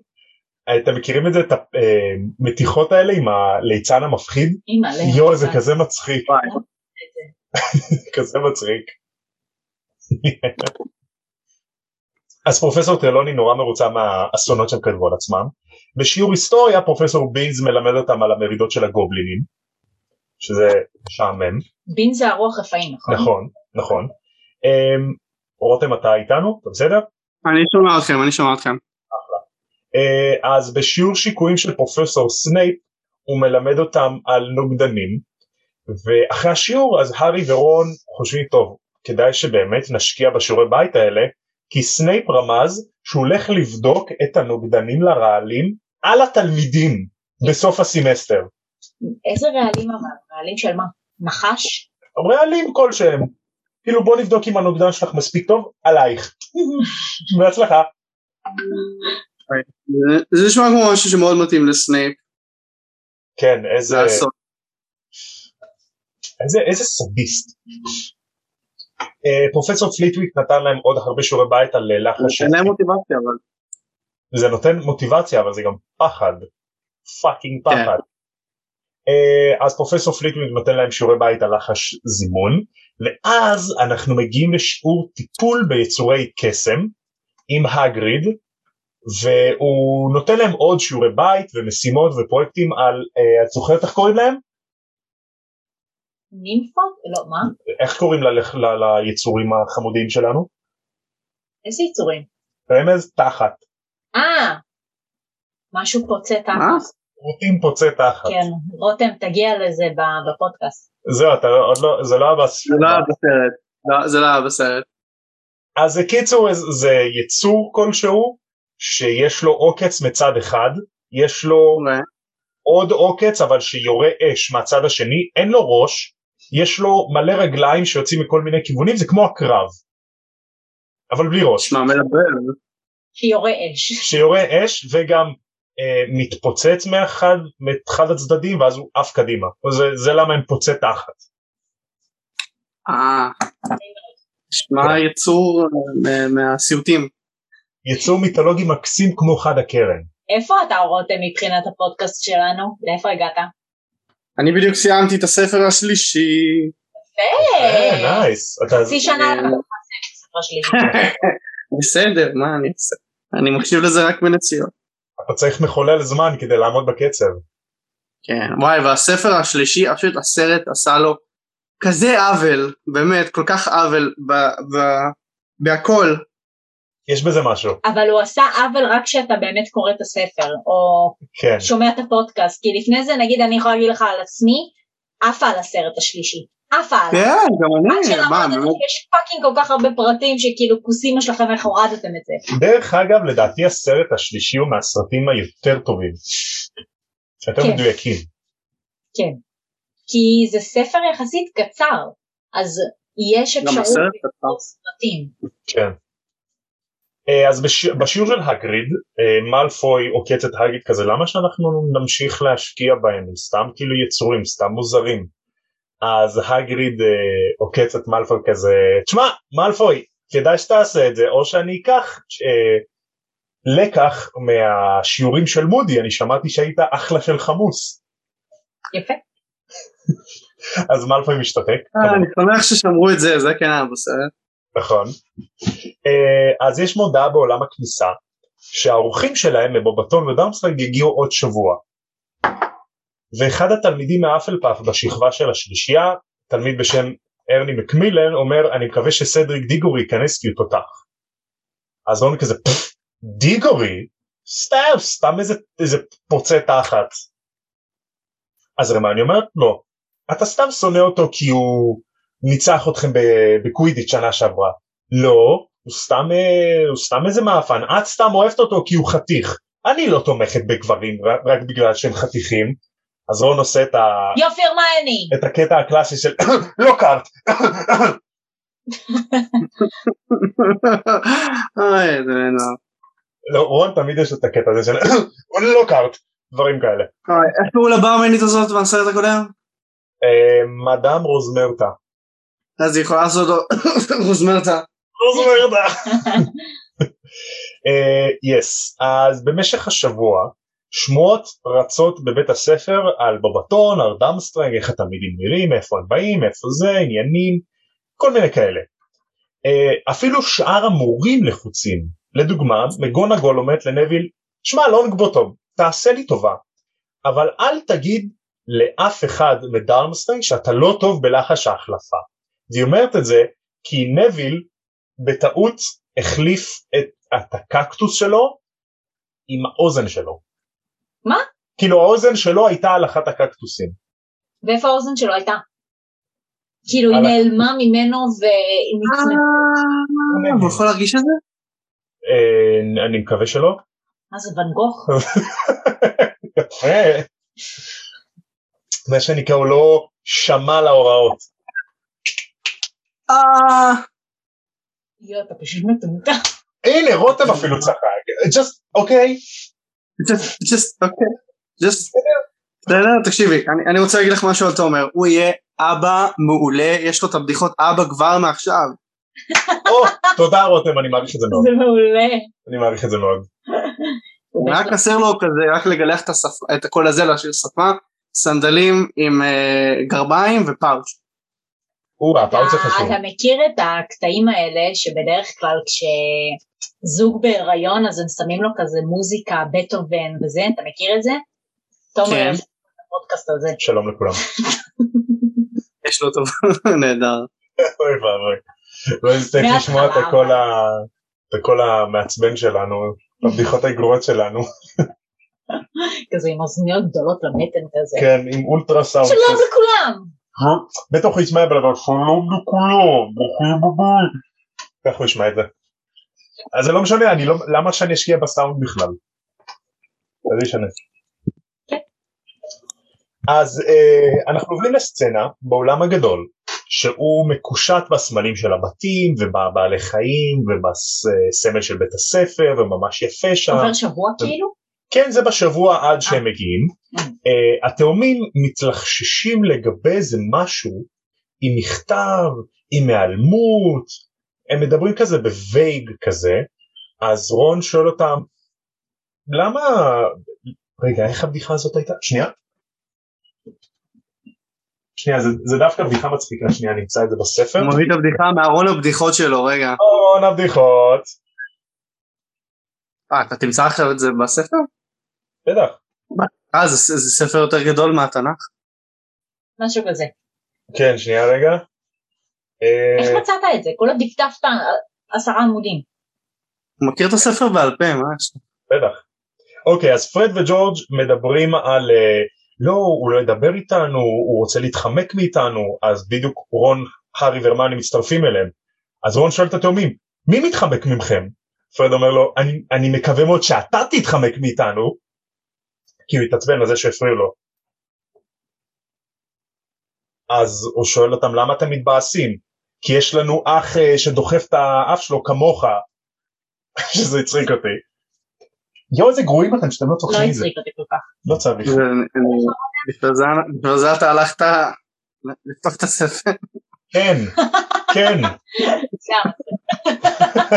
A: אה, אתם מכירים את זה, את המתיחות האלה עם הליצן המפחיד?
B: אימא'לה.
A: יואו, זה כזה מצחיק, כזה מצחיק. אז פרופסור טרלוני נורא מרוצה מהאסונות שהם כתבו על עצמם. בשיעור היסטוריה פרופסור בינז מלמד אותם על המרידות של הגובלינים, שזה משעמם.
B: בין זה הרוח רפאים, נכון?
A: נכון, נכון. אמ, רותם אתה איתנו? אתה בסדר?
C: אני שומע אתכם, אני שומע אתכם.
A: אה, אז בשיעור שיקויים של פרופסור סנייפ הוא מלמד אותם על נוגדנים ואחרי השיעור אז הארי ורון חושבים טוב כדאי שבאמת נשקיע בשיעורי בית האלה כי סנייפ רמז שהוא הולך לבדוק את הנוגדנים לרעלים על התלמידים בסוף הסמסטר
B: איזה רעלים אמרנו? רעלים של מה? נחש?
A: רעלים כלשהם. כאילו בוא נבדוק אם הנוגדן שלך מספיק טוב, עלייך. בהצלחה.
C: זה- זה נשמע כמו משהו שמאוד מתאים לסנייפ
A: כן, איזה,
C: לעשות.
A: איזה, איזה סדיסט. אה, פרופסור פליטוויק נתן להם עוד הרבה שיעורי בית על אה, לחש.
C: אין להם מוטיבציה, אבל
A: זה נותן מוטיבציה אבל זה גם פחד פאקינג
C: כן.
A: פחד אה, אז פרופסור פליטוויד נותן להם שיעורי בית על לחש זימון ואז אנחנו מגיעים לשיעור טיפול ביצורי קסם עם הגריד והוא נותן להם עוד שיעורי בית ומשימות ופרויקטים על אה, את זוכרת איך קוראים להם?
B: נימפות? לא, מה?
A: איך קוראים ללך- ל- ליצורים החמודים שלנו?
B: איזה יצורים?
A: רמז תחת
B: אה! משהו פוצה
C: מה?
B: תחת.
A: רוטין פוצה תחת
B: כן, רותם, תגיע לזה ב- בפודקאסט.
A: זהו אתה לא- עוד לא זה לא היה
C: זה לא היה בסרט. לא, זה לא היה בסרט.
A: אז קיצור זה יצור כלשהו שיש לו עוקץ מצד אחד, יש לו
C: אוקיי.
A: עוד עוקץ אבל שיורה אש מהצד השני, אין לו ראש, יש לו מלא רגליים שיוצאים מכל מיני כיוונים, זה כמו הקרב. אבל בלי ראש,
C: שמע, מדבר.
B: שיורה אש.
A: שיורה אש וגם אה, מתפוצץ מאחד, מאחד הצדדים ואז הוא עף קדימה. זה, זה למה הם פוצע תחת.
C: אה. שמע, יצור אה, מהסיוטים.
A: יצור מיתולוגי מקסים כמו חד הקרן.
B: איפה אתה רותם מבחינת הפודקאסט שלנו? לאיפה הגעת?
C: אני בדיוק סיימתי את הספר השלישי.
A: אה, נייס. אתה-
B: חצי שנה
C: אה,
B: אנחנו נעשה את הספר שלי.
C: בסדר, מה אני אעשה? אני מקשיב לזה רק מנציון.
A: אתה צריך מחולל זמן כדי לעמוד בקצב.
C: כן, וואי, והספר השלישי, פשוט הסרט עשה לו כזה עוול, באמת, כל כך עוול, ב- ב- בהכל.
A: יש בזה משהו.
B: אבל הוא עשה עוול רק כשאתה באמת קורא את הספר, או
A: כן.
B: שומע את הפודקאסט, כי לפני זה נגיד אני יכולה להגיד לך על עצמי, עפה על הסרט השלישי. עפה על.
C: כן, גם
B: עד
C: אני, מה,
B: שלמדת
C: באמת,
B: שיש פאקינג כל כך הרבה פרטים שכאילו כוסימה שלכם איך הורדתם את זה.
A: דרך אגב, לדעתי הסרט השלישי הוא מהסרטים היותר טובים. יותר
B: כן.
A: מדויקים.
B: כן. כי זה ספר יחסית קצר, אז יש
C: גם
B: אפשרות
C: הסרט קצר.
B: לראות סרטים.
A: כן. אה, אז בש... בשיעור של הגריד, אה, מאלפוי עוקץ את הגריד כזה, למה שאנחנו נמשיך להשקיע בהם? הם סתם כאילו יצורים, סתם מוזרים. אז הגריד אה, עוקץ את מאלפוי כזה, תשמע, מאלפוי, כדאי שתעשה את זה, או שאני אקח אה, לקח מהשיעורים של מודי, אני שמעתי שהיית אחלה של חמוס.
B: יפה.
A: אז מאלפוי משתתק.
C: אה, אני שמח ששמרו את זה, זה כן היה בסרט.
A: נכון. אה, אז יש מודעה בעולם הכניסה שהאורחים שלהם מבובטון ודאמסטרג הגיעו עוד שבוע. ואחד התלמידים מאפלפאף בשכבה של השלישייה, תלמיד בשם ארני מקמילן, אומר אני מקווה שסדריק דיגורי ייכנס כי הוא תותח. אז רון כזה "פפ, דיגורי? סתם, סתם איזה, איזה פוצה תחת. אז רמני אומרת לא, אתה סתם שונא אותו כי הוא ניצח אתכם ב- בקווידיץ' שנה שעברה. לא, הוא סתם, אה, הוא סתם איזה מאפן, את סתם אוהבת אותו כי הוא חתיך. אני לא תומכת בגברים רק- רק בגלל שהם חתיכים. אז רון עושה את, ה,
B: יופי הרמייני!
A: את הקטע הקלאסי של לא קארט.
C: אוי, זה נורא.
A: לא, רון תמיד יש לו את הקטע הזה של לא קארט, דברים כאלה.
C: אוי, איך קראו לברמנית הזאת מהסרט הקודם?
A: אה, מאדאם רוזמרטה.
C: אז היא יכולה לעשות לו רוזמרטה.
A: לא רוזמרטה. יס, אה, אז במשך השבוע שמועות רצות בבית הספר על בבטון, על דאמסטרנג, איך התלמידים נראים, מאיפה הם באים, מאיפה זה, עניינים, כל מיני כאלה. אה, אפילו שאר המורים לחוצים, לדוגמה, מגונגול אומרת לנביל, שמע לונגבוטום, תעשה לי טובה, אבל אל תגיד לאף אחד מדרמסטרנג שאתה לא טוב בלחש ההחלפה. והיא אומרת את זה כי נביל בטעות החליף את, את הקקטוס שלו עם האוזן שלו.
B: מה?
A: כאילו האוזן שלו הייתה על אחת הקקטוסים.
B: ואיפה האוזן שלו הייתה? כאילו היא
A: על ה-
B: נעלמה ממנו
C: אה.
B: ונצמדה.
A: כן.
C: הוא יכול להרגיש את זה?
A: אה, אני מקווה שלא.
B: מה זה, ואן גוך?
A: יפה. אה, מה שנקרא, הוא לא שמע להוראות.
C: אה...
B: יואו, אתה פשוט מטומטם.
A: הנה, רותם אפילו צחק. just, אוקיי,
C: just- just, אוקיי. just, לא, לא, תקשיבי, אני- אני רוצה להגיד לך משהו על תומר. הוא יהיה אבא מעולה, יש לו את הבדיחות אבא כבר מעכשיו.
A: או, תודה רותם, אני מעריך את זה מאוד.
B: זה מעולה.
A: אני מעריך את זה מאוד.
B: כן.
C: רק חסר לו כזה, רק לגלח את השפ- את הקול הזה, להשאיר שפה, סנדלים עם אה, גרביים ופאוץ'.
A: או, הפאוץ זה
B: אתה-
A: חשוב.
B: אתה מכיר את הקטעים האלה שבדרך כלל כשזוג בהיריון אז הם שמים לו כזה מוזיקה, בטהובן וזה, אתה מכיר את זה? תומר,
C: כן.
B: יש לך את הפודקאסט הזה.
A: שלום לכולם.
C: יש לו טוב, נהדר.
A: אוי ואבוי. לא נצטרך
B: מההתחלה.
A: לשמוע את הקול ה- את הקול המעצבן שלנו, הבדיחות הגרועות שלנו.
B: כזה עם אוזניות גדולות לבטן כזה.
A: כן, עם אולטרה סאונד.
B: שלום לכולם!
A: אה? בטח הוא ישמע אבל לא אבל שלום לכולם, ברוכים הבאים. ככה הוא ישמע את זה. אז זה לא משנה, אני לא, למה שאני אשקיע בסאונד בכלל? אז זה ישנה.
B: כן.
A: אז אה, אנחנו עוברים לסצנה בעולם הגדול, שהוא מקושט בסמלים של הבתים ובבעלי חיים ובסמל של בית הספר וממש יפה שם.
B: עובר שבוע כאילו?
A: כן זה בשבוע עד שהם מגיעים.
B: אה.
A: אה, התאומים מתלחששים לגבי איזה משהו עם מכתב, עם היעלמות, הם מדברים כזה בווייג כזה, אז רון שואל אותם, למה... רגע, איך הבדיחה הזאת הייתה? שנייה. שנייה, זה, זה דווקא בדיחה מצחיקה, שנייה, אני אמצא את זה בספר.
C: הוא מביא את הבדיחה מארון הבדיחות שלו, רגע.
A: רון הבדיחות.
C: אה, אתה תמצא עכשיו את זה בספר?
A: בטח.
C: אה, זה זה ספר יותר גדול מהתנ"ך?
B: משהו כזה.
A: כן, שנייה רגע. אה,
B: איך מצאת את זה? כולה דפדפת אה, עשרה עמודים.
C: הוא מכיר את הספר בעל פה, מה יש לו?
A: בטח. אוקיי, אז פרד וג'ורג' מדברים על אה, לא, הוא לא ידבר איתנו, הוא רוצה להתחמק מאיתנו, אז בדיוק רון, הארי והרמני מצטרפים אליהם. אז רון שואל את התאומים, מי מתחמק ממכם? פרד אומר לו, אני, אני מקווה מאוד שאתה תתחמק מאיתנו, כי הוא התעצבן על זה שהפריעו לו. אז הוא שואל אותם, למה אתם מתבאסים? כי יש לנו אח אה, שדוחף את האף שלו כמוך, שזה הצחיק אותי. יואו איזה גרועים אתם שאתם לא
B: לא
A: צוחקים מזה.
B: הצחיק אותי כל כך.
A: לא צריך.
C: זה- אני- בשביל זה- בשביל זה אתה הלכת לפתוח את הספר.
A: כן, כן.
B: זה המצב.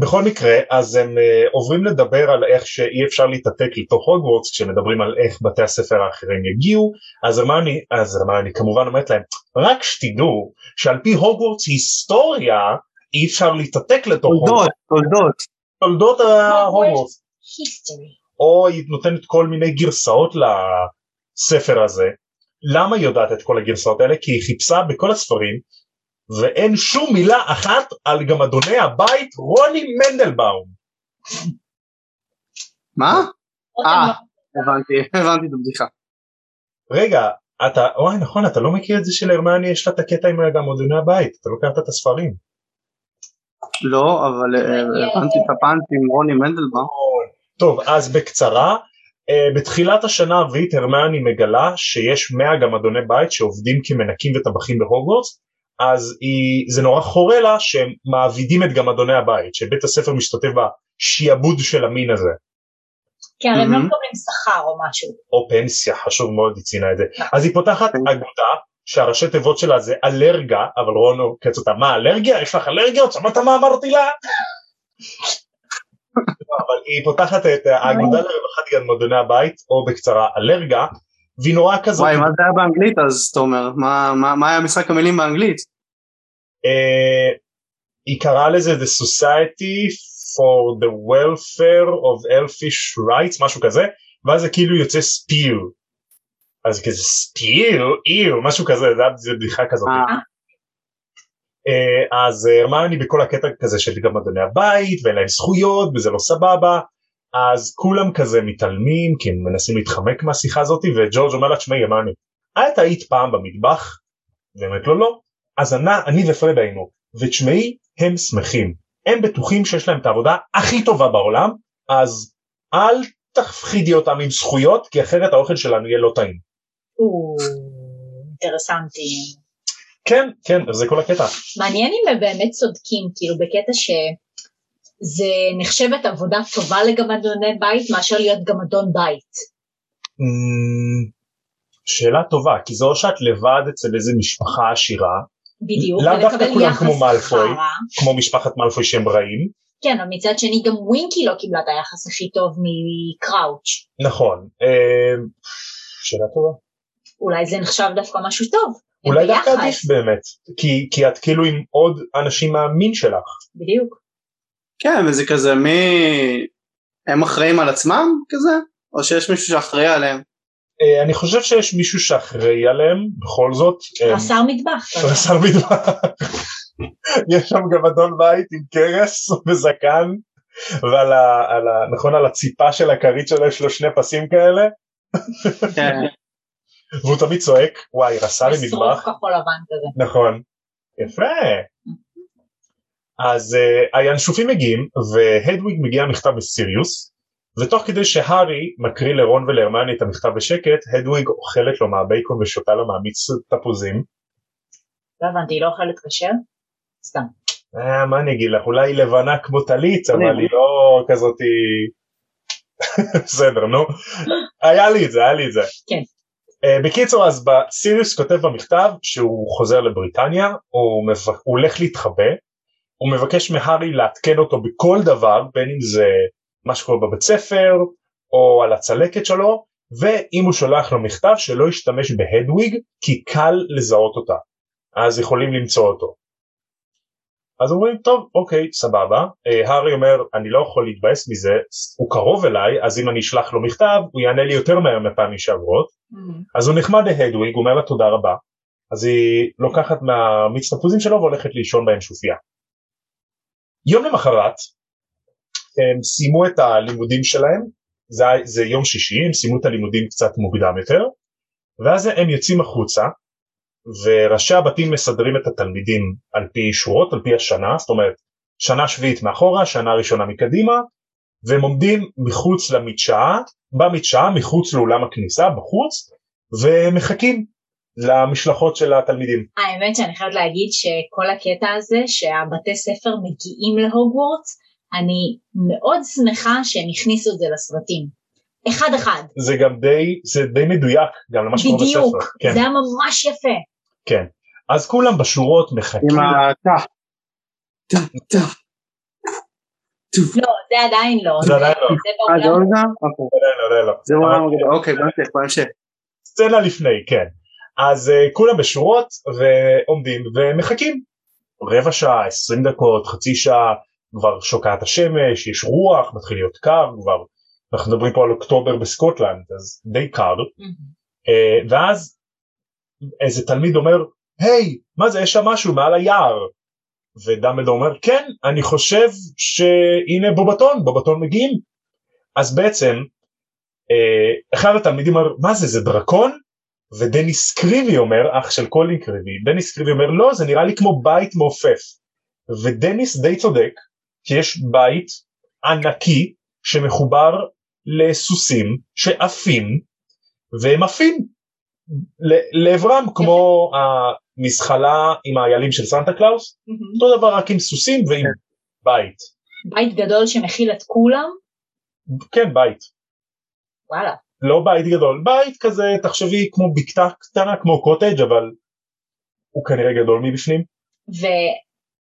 A: בכל מקרה, אז הם אה, עוברים לדבר על איך שאי אפשר להתעתק לתוך הוגוורטס, כשמדברים על איך בתי הספר האחרים יגיעו, אז הרמני, אז הרמני כמובן אומרת להם, רק שתדעו שעל פי הוגוורטס היסטוריה, אי אפשר להתעתק לתוך
C: תולדות, תולדות.
A: תולדות ההוגוורטס.
B: היסטורי.
A: או היא נותנת כל מיני גרסאות לספר הזה. למה היא יודעת את כל הגרסאות האלה? כי היא חיפשה בכל הספרים ואין שום מילה אחת על גם אדוני הבית רוני מנדלבאום.
C: מה?
A: אה.
B: רותם,
C: הבנתי, הבנתי את הבדיחה.
A: רגע, אתה, וואי נכון, אתה לא מכיר את זה שלהרמני יש לה את הקטע עם גם אדוני הבית, אתה לא קראת את הספרים.
C: לא, אבל אה, הבנתי את הפאנץ' עם רוני מנדלבאום.
A: נכון. טוב, אז בקצרה, אה, בתחילת השנה הרביעית הרמני מגלה שיש 100 גמדוני בית שעובדים כמנקים וטבחים בהוגוורטס, אז היא, זה נורא חורה לה שהם מעבידים את גמדוני הבית, שבית הספר משתתף בשיעבוד של המין הזה,
B: כי הרי הם לא
A: Mm-hmm.
C: מהמם.
B: מקבלים שכר או משהו.
A: או פנסיה, חשוב מאוד, היא ציינה את זה. אז היא פותחת אגודה, שהראשי תיבות שלה זה אלרגה, אבל רון עוקץ אותה, מה אלרגיה? יש לך אלרגיות? שמעת מה אמרתי לה? אבל היא פותחת את האגודה לרווחת גנמדוני הבית, או בקצרה אלרגה, והיא נורא כזאת,
C: וואי, מה זה היה באנגלית אז, תומר? מה- מה- מה היה משחק המילים באנגלית?
A: אה, היא קראה לזה The Society for the Welfare of Elfish Rights, משהו כזה, ואז זה כאילו יוצא ספיל. אז כזה ספיל, איו, משהו כזה, זה היה- זה בדיחה כזאת.
C: אה,
A: אה, אז אה, הרמיוני בכל הקטע כזה של גם אדוני הבית ואין להם זכויות וזה לא סבבה אז כולם כזה מתעלמים כי הם מנסים להתחמק מהשיחה הזאת וג'ורג' אומר לה תשמעי הרמיוני את היית פעם במטבח? באמת לא לא אז אני, אני ופרד היינו ותשמעי הם שמחים הם בטוחים שיש להם את העבודה הכי טובה בעולם אז אל תפחידי אותם עם זכויות, כי אחרת האוכל שלנו יהיה לא טעים.
B: או, אינטרסנטי.
A: כן, כן, זה כל הקטע.
B: מעניין אם הם באמת צודקים, כאילו בקטע שזה נחשבת עבודה טובה לגמדוני בית מאשר להיות גמדון בית.
A: אמ, שאלה טובה, כי זה או שאת לבד אצל איזה משפחה עשירה,
B: בדיוק,
A: לאו דווקא
B: ולקבל
A: כולם
B: יחס
A: כמו מאלפוי.
B: חרא.
A: כמו משפחת מאלפוי שהם רעים,
B: כן, אבל מצד שני גם ווינקי לא קיבלה את היחס הכי טוב מקראוץ'.
A: נכון. אמ, שאלה טובה.
B: אולי זה נחשב דווקא משהו טוב. הם
A: אולי דווקא
B: ביחד.
A: עדיף באמת, כי, כי את כאילו עם עוד אנשים מהמין שלך.
B: בדיוק.
C: כן, וזה כזה מי... הם אחראים על עצמם כזה? או שיש מישהו שאחראי עליהם?
A: אה, אני חושב שיש מישהו שאחראי עליהם, בכל זאת. אה,
B: חסר מטבח. לא
A: הוא השר מטבח. יש שם גם אדון בית עם קרס וזקן, ועל ה, על ה, נכון, על הציפה של הכרית שלו יש לו שני פסים כאלה,
C: כן.
A: והוא תמיד צועק, וואי, רס"ר עם
B: מסרוך
A: מטבח.
B: כחול לבן כזה.
A: נכון. יפה. אז uh, הינשופים מגיעים והדוויג מגיעה מכתב מסיריוס ותוך כדי שהארי מקריא לרון ולהרמני את המכתב בשקט הדוויג אוכלת לו מהבייקון ושותה לו מהמיץ תפוזים.
B: לא הבנתי, היא לא אוכלת כשר? סתם.
A: אה, מה אני אגיד לך אולי היא לבנה כמו טלית אבל
C: אני-
A: היא לא כזאת בסדר נו היה לי את זה היה לי את זה.
B: כן.
A: אה, בקיצור אז ב- סיריוס כותב במכתב שהוא חוזר לבריטניה הוא, מבק... הוא הולך להתחבא הוא מבקש מהארי לעדכן אותו בכל דבר בין אם זה מה שקורה בבית ספר או על הצלקת שלו ואם הוא שולח לו מכתב שלא ישתמש בהדוויג כי קל לזהות אותה אז יכולים למצוא אותו. אז אומרים טוב אוקיי סבבה אה, הארי אומר אני לא יכול להתבאס מזה הוא קרוב אליי אז אם אני אשלח לו מכתב הוא יענה לי יותר מהר מפעמים שעברות אז הוא נחמד להדוויג, הוא אומר לה תודה רבה, אז היא לוקחת מהמיץ תפוזים שלו והולכת לישון באנשופיה. יום למחרת הם סיימו את הלימודים שלהם, זה, זה יום שישי, הם סיימו את הלימודים קצת מוקדם יותר, ואז הם יוצאים החוצה, וראשי הבתים מסדרים את התלמידים על פי שורות, על פי השנה, זאת אומרת שנה שביעית מאחורה, שנה ראשונה מקדימה, והם עומדים מחוץ למדשאה, במדשאה, מחוץ לאולם הכניסה, בחוץ, ומחכים למשלחות של התלמידים.
B: האמת שאני חייבת להגיד שכל הקטע הזה שהבתי ספר מגיעים להוגוורטס, אני מאוד שמחה שהם הכניסו את זה לסרטים. אחד אחד.
A: זה גם די, זה די מדויק גם למה שקורה בספר.
B: בדיוק.
A: כן,
B: זה היה ממש יפה.
A: כן. אז כולם בשורות מחכים.
C: עם ה... אה, טה, טה, טה.
B: לא, זה עדיין לא.
A: זה עדיין לא.
B: זה
C: אה, זה
B: בעולם.
C: אולגה? אוקיי.
A: לא, לא, לא, לא.
C: זה בעולם הגדול. אוקיי, בהמשך, בהמשך.
A: סצנה לפני, כן. אז uh, כולם בשורות ועומדים ומחכים. רבע שעה, עשרים דקות, חצי שעה, כבר שוקעת השמש, יש רוח, מתחיל להיות קר כבר. אנחנו מדברים פה על אוקטובר בסקוטלנד, אז די קר. אה, ואז איזה תלמיד אומר, היי, מה זה, יש שם משהו מעל היער. ודמבלדור אומר, כן, אני חושב שהנה בובטון, בובטון מגיעים. אז בעצם, אה, אחד התלמידים אומר, מה זה, זה דרקון? ודניס קריבי אומר, אח של קולין קריבי, דניס קריבי אומר, לא, זה נראה לי כמו בית מעופף. ודניס די צודק, כי יש בית ענקי שמחובר לסוסים שעפים, והם עפים ל- לעברם, כמו המזחלה עם האיילים של סנטה קלאוס,
B: מהמם.
A: אותו דבר רק עם סוסים ועם בית.
B: בית גדול שמכיל את כולם,
A: כן, בית.
B: וואלה.
A: לא בית גדול, בית כזה, תחשבי, כמו בקתה קטנה, כמו קוטג', אבל הוא כנראה גדול מבפנים.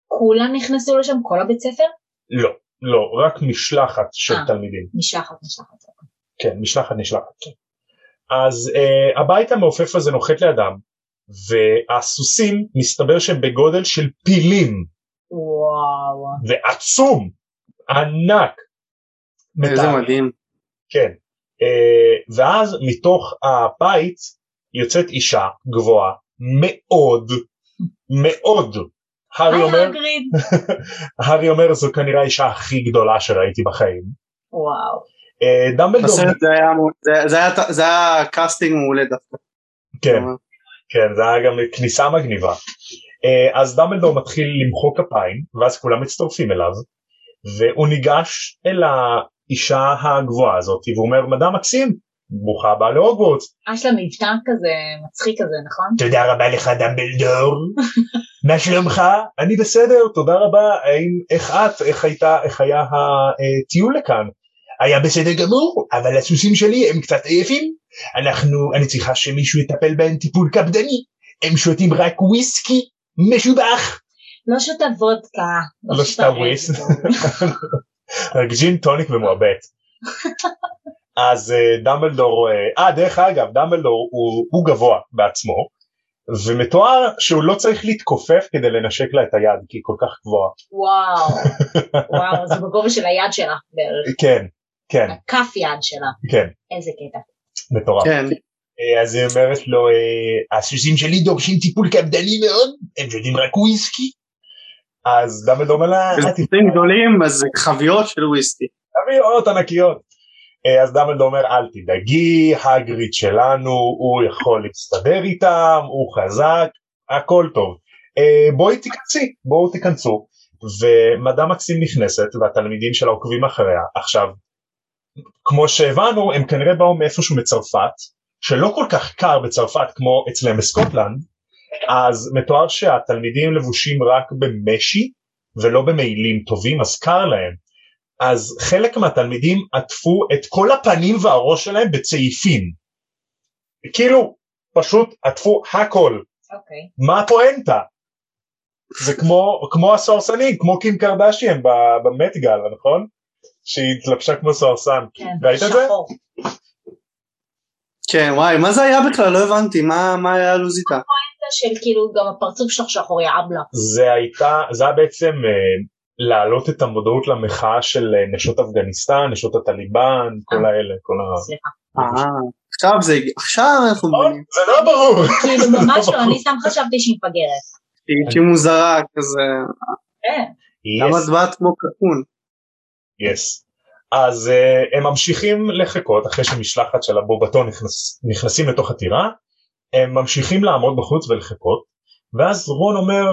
B: וכולם נכנסו לשם, כל הבית ספר?
A: לא, לא, רק משלחת של
B: אה.
A: תלמידים.
B: משלחת, משלחת.
A: כן, משלחת נשלחת. כן. אז אה, הבית המעופף הזה נוחת לידם, והסוסים, מסתבר שהם בגודל של פילים,
B: וואו.
A: ועצום, ענק.
C: איזה
A: מטעמים.
C: מדהים.
A: כן. אה, ואז מתוך הבית יוצאת אישה גבוהה מאוד, מאוד. הארי
B: היי
A: אומר,
B: הגריד.
A: הארי אומר זו כנראה האישה הכי גדולה שראיתי בחיים.
B: וואו.
A: אה, דמבלדור,
C: בסרט זה היה מו- זה- זה היה- זה היה קאסטינג מעולה דווקא.
A: כן, כן, זה היה גם כניסה מגניבה. אה, אז דמבלדור מתחיל למחוא כפיים, ואז כולם מצטרפים אליו, והוא ניגש אל האישה הגבוהה הזאת, והוא אומר, מדע מקסים, ברוכה הבאה להוגוורטס.
B: יש לה מבטא כזה מצחיק כזה, נכון?
A: תודה רבה לך דמבלדור, מה שלומך? אני בסדר, תודה רבה, האם, איך את, איך הייתה, איך היה הטיול לכאן? היה בסדר גמור, אבל הסוסים שלי הם קצת עייפים, אנחנו, אני צריכה שמישהו יטפל בהם טיפול קפדני, הם שותים רק וויסקי משובח.
B: לא שותה וודקה.
A: לא שותה וויס. רק ג'ין טוניק ומועבט. אז אה, דמבלדור, אה, אה, דרך אגב, דמבלדור הוא, הוא גבוה בעצמו, ומתואר שהוא לא צריך להתכופף כדי לנשק לה את היד, כי היא כל כך גבוהה.
B: וואו, וואו, זה בגובה של היד שלה בערך,
A: כן, כן,
B: הכף יד שלה,
A: כן,
B: איזה קטע.
A: מטורף.
C: כן.
A: אה, אז היא אומרת לו, אה, הסוסים שלי דורשים טיפול קפדני מאוד, הם שותים רק וויסקי. אז דמבלדור אומר לה, "אה, "את
C: בסרטים גדולים אז זה חביות של וויסקי.
A: חביות ענקיות. אה, אז דמבלדור אומר אל תדאגי, הגריד שלנו, הוא יכול להסתדר איתם, הוא חזק, הכל טוב. אה, בואי תיכנסי, בואו תיכנסו. ומדע מקסים נכנסת והתלמידים שלה עוקבים אחריה. עכשיו, כמו שהבנו, הם כנראה באו מאיפשהו מצרפת, שלא כל כך קר בצרפת כמו אצלם בסקוטלנד, אז מתואר שהתלמידים לבושים רק במשי ולא במעילים טובים, אז קר להם. אז חלק מהתלמידים עטפו את כל הפנים והראש שלהם בצעיפים. כאילו, פשוט עטפו הכל.
B: אוקיי.
A: מה הפואנטה? זה כמו, כמו הסוהרסנים, כמו קים קרדשיין ב- במטגל, נכון? שהיא התלבשה כמו סוהרסן.
B: כן,
A: ראית את זה?
B: שחור.
C: כן, וואי, מה זה היה בכלל? לא הבנתי, מה מה היה הלו"ז איתה?
B: זה של כאילו גם הפרצוף שלך שחור, יא אבלה.
A: זה הייתה, זה היה בעצם אה, להעלות את המודעות למחאה של אה, נשות אפגניסטן, נשות הטליבן, כל האלה, כל ה...
B: סליחה.
C: אה, עכשיו זה, עכשיו אנחנו מבינים.
A: זה לא ברור.
B: כאילו ממש לא, אני סתם חשבתי שהיא מפגרת.
C: היא אישי מוזרה כזה.
B: כן.
C: למה את באת כמו קקון?
A: יס. אז uh, הם ממשיכים לחכות אחרי שמשלחת של הבובטון נכנס, נכנסים לתוך הטירה, הם ממשיכים לעמוד בחוץ ולחכות, ואז רון אומר,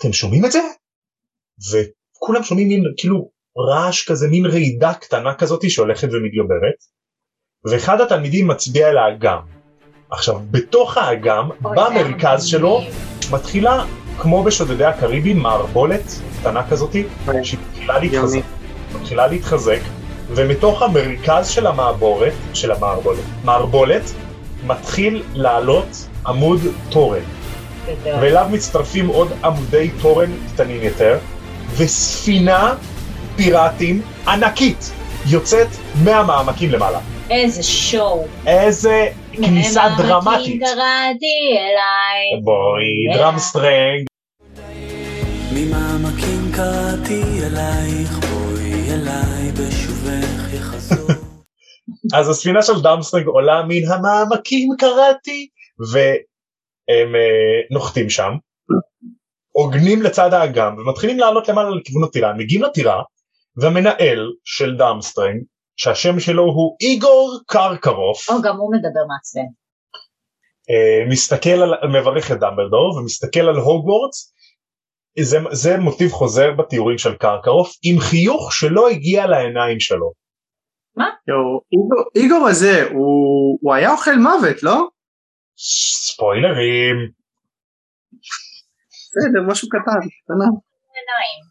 A: אתם שומעים את זה? וכולם שומעים מין כאילו רעש כזה, מין רעידה קטנה כזאת שהולכת ומתגברת, ואחד התלמידים מצביע אל האגם. עכשיו, בתוך האגם,
B: אוי, זה היה
A: במרכז שלו,
B: מגניב.
A: מתחילה, כמו בשודדי הקריבי, מערבולת קטנה כזאתי,
C: כן.
A: שהיא מתחילה להתחזק, מתחילה להתחזק, ומתוך המרכז של המעבורת, של המערבולת, מערבולת, מתחיל לעלות עמוד תורן,
B: גדול.
A: ואליו מצטרפים עוד עמודי תורן קטנים יותר, וספינה פיראטים ענקית יוצאת מהמעמקים למעלה.
B: איזה שואו.
A: איזה כניסה
B: מהם העמקים
A: דרמטית. כן.
B: קראתי אליי.
A: בואי, דראם סטרנג,
D: ממעמקים קראתי אלייך, בואי אליי בשובך יחזור.
A: אז הספינה של דאמסטרינג עולה מן המעמקים קראתי והם אה, נוחתים שם עוגנים לצד האגם ומתחילים לעלות למעלה לכיוון הטירה הם מגיעים לטירה והמנהל של דאמסטרינג שהשם שלו הוא איגור קרקרוף
B: או, גם הוא מדבר מעצבן.
A: אה, מסתכל על מברך את דמבלדור ומסתכל על הוגוורטס זה, זה מוטיב חוזר בתיאורים של קרקרוף עם חיוך שלא הגיע לעיניים שלו
C: יואו, איגור- איגור הזה, הוא- הוא היה אוכל מוות, לא?
A: ספוילרים
C: בסדר, משהו קטן, קטנה.
B: עיניים.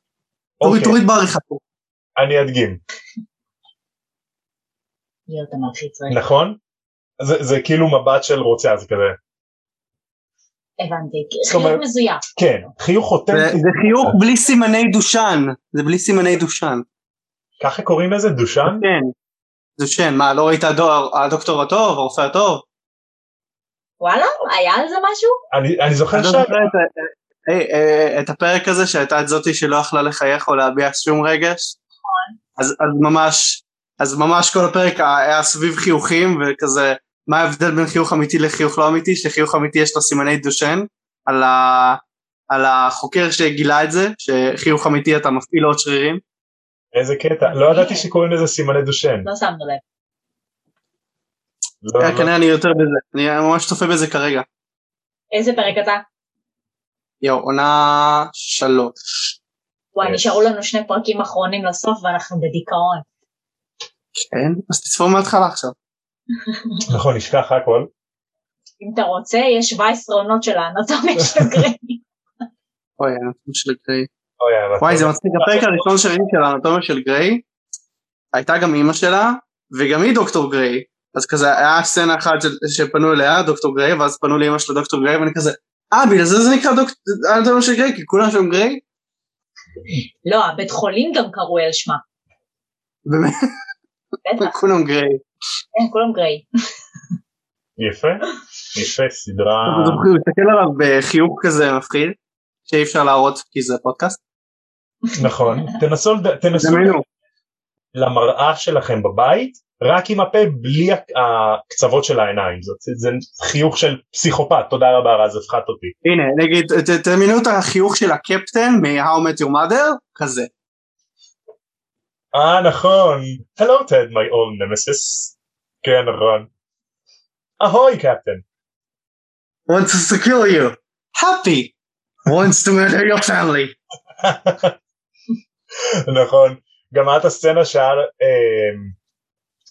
C: תוריד,
A: אוקיי,
C: תוריד בעריכה פה.
A: אני אדגים
B: יהיה אותה מלחיץ רגע.
A: נכון? זה, זה כאילו מבט של רוצח זה כזה.
B: הבנתי.
A: זאת אומרת-
B: חיוך מזויף.
A: כן, חיוך
C: זה
A: אותנטי,
C: זה חיוך בלי סימני דושן. זה בלי סימני דושן.
A: ככה קוראים לזה דושן?
C: כן. דושן, מה, לא ראית הדו- הדוקטור הטוב, הרופא הטוב?
B: וואלה? היה על זה משהו?
A: אני, אני זוכר
C: אתה
A: ש...
C: לא זוכר את ה- היי, אה, את הפרק הזה שהייתה את זאתי שלא יכלה לחייך או להביע שום רגש? אז אז ממש, אז ממש כל הפרק היה סביב חיוכים וכזה, מה ההבדל בין חיוך אמיתי לחיוך לא אמיתי? שחיוך אמיתי יש לו סימני דושן על ה- על החוקר שגילה את זה, שחיוך אמיתי אתה מפעיל עוד שרירים.
A: איזה קטע, לא ידעתי שקוראים לזה סימני דושן.
B: לא שמנו לב.
A: לא,
C: אה,
A: לא.
C: כנראה אני יותר בזה, אני ממש צופה בזה כרגע.
B: איזה פרק אתה?
C: יואו, עונה שלוש.
B: וואי,
A: כן.
B: נשארו לנו שני פרקים אחרונים לסוף ואנחנו בדיכאון.
C: כן, אז תצפו מההתחלה עכשיו.
A: נכון, נשכח הכל.
B: אם אתה רוצה, יש 17 עונות של האנטומיה של גריי.
C: אוי, האנטומיה של גריי.
A: אוי, אבל-
C: וואי, זה מצחיק, הפרק הראשון שראיתי של האנטומיה של גריי, הייתה גם אימא שלה, וגם היא דוקטור גריי. אז כזה, היה סצנה אחת של- שפנו אליה, דוקטור גריי, ואז פנו לאימא של דוקטור גריי, ואני כזה, אה, בגלל זה זה נקרא דוקטור, האנטומיה של גריי, כי כולם שם גריי?
B: לא, הבית חולים גם קרוי על שמה.
C: באמת,
B: בטח,
C: כולם גריי.
B: כן, כולם גריי.
A: יפה, יפה, סדרה...
C: אתה זוכר, הוא הסתכל עליו בחיוך כזה מפחיד, שאי אפשר להראות כי זה פודקאסט.
A: נכון. תנסו לד- תנסו
C: דמיינו,
A: למראה שלכם בבית, רק עם הפה, בלי הק- הקצוות של העיניים. זאת- זה חיוך של פסיכופת, תודה רבה רז, הפחת אותי.
C: הנה, נגיד, ת- תדמיינו את החיוך של הקפטן מ-How Met Your Mother, כזה.
A: אה, נכון. Hello, Ted, my old nemesis. כן, נכון. אהוי, קפטן.
C: wants us to kill you. Happy wants to murder your family.
A: נכון. גם את הסצנה שהיה... אמ,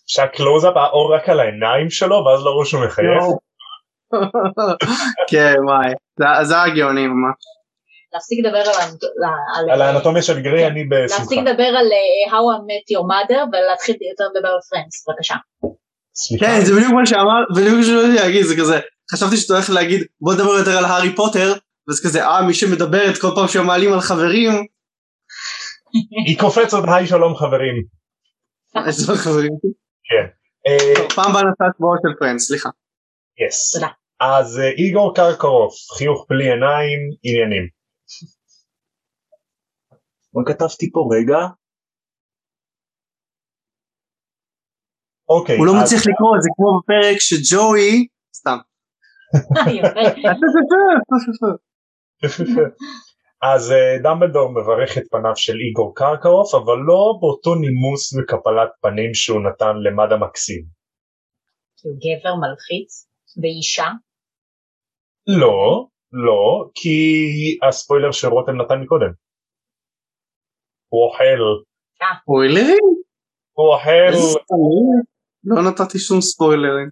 A: שהקלוזאפ האור רק על העיניים שלו ואז לא רואה שהוא מחייך.
C: כן, וואי. זה- זה הגאוני ממש.
B: להפסיק לדבר על האנט- על-
A: על האנטומיה של גרי
B: כן.
A: אני בשמחה.
B: להפסיק לדבר על אה, How I Met Your Mother ולהתחיל יותר לדבר על פרנדס, בבקשה.
A: סליחה.
C: כן, זה בדיוק מה שאמר, בדיוק מה שרציתי להגיד, זה כזה, חשבתי שאתה הולך להגיד, בוא נדבר יותר על הארי פוטר, וזה כזה, אה, מי שמדברת כל פעם שמעלים על חברים,
A: היא קופצת היי שלום חברים.
C: אז לא חברים.
A: אה,
C: טוב, פעם הבאה נעשה הצבעות של פרנדס, סליחה.
A: יס.
B: תודה.
A: אז אה, איגור קרקרוף, חיוך בלי עיניים, עניינים. מה כתבתי פה רגע? אוקיי,
C: הוא לא
A: כן, אז-
C: מצליח לקרוא, זה כמו בפרק שג'וי, סתם.
B: אה, יפה.
A: אז אה, דמבלדור מברך את פניו של איגור קרקרוף, אבל לא באותו נימוס וקפלת פנים שהוא נתן למד המקסים.
B: כי הוא גבר מלחיץ ואישה.
A: לא, לא, כי הספוילר שרותם נתן מקודם. הוא אוכל,
C: אוי לרים.
A: הוא אוכל.
C: איזה ספוילרים? לא נתתי שום ספוילרים.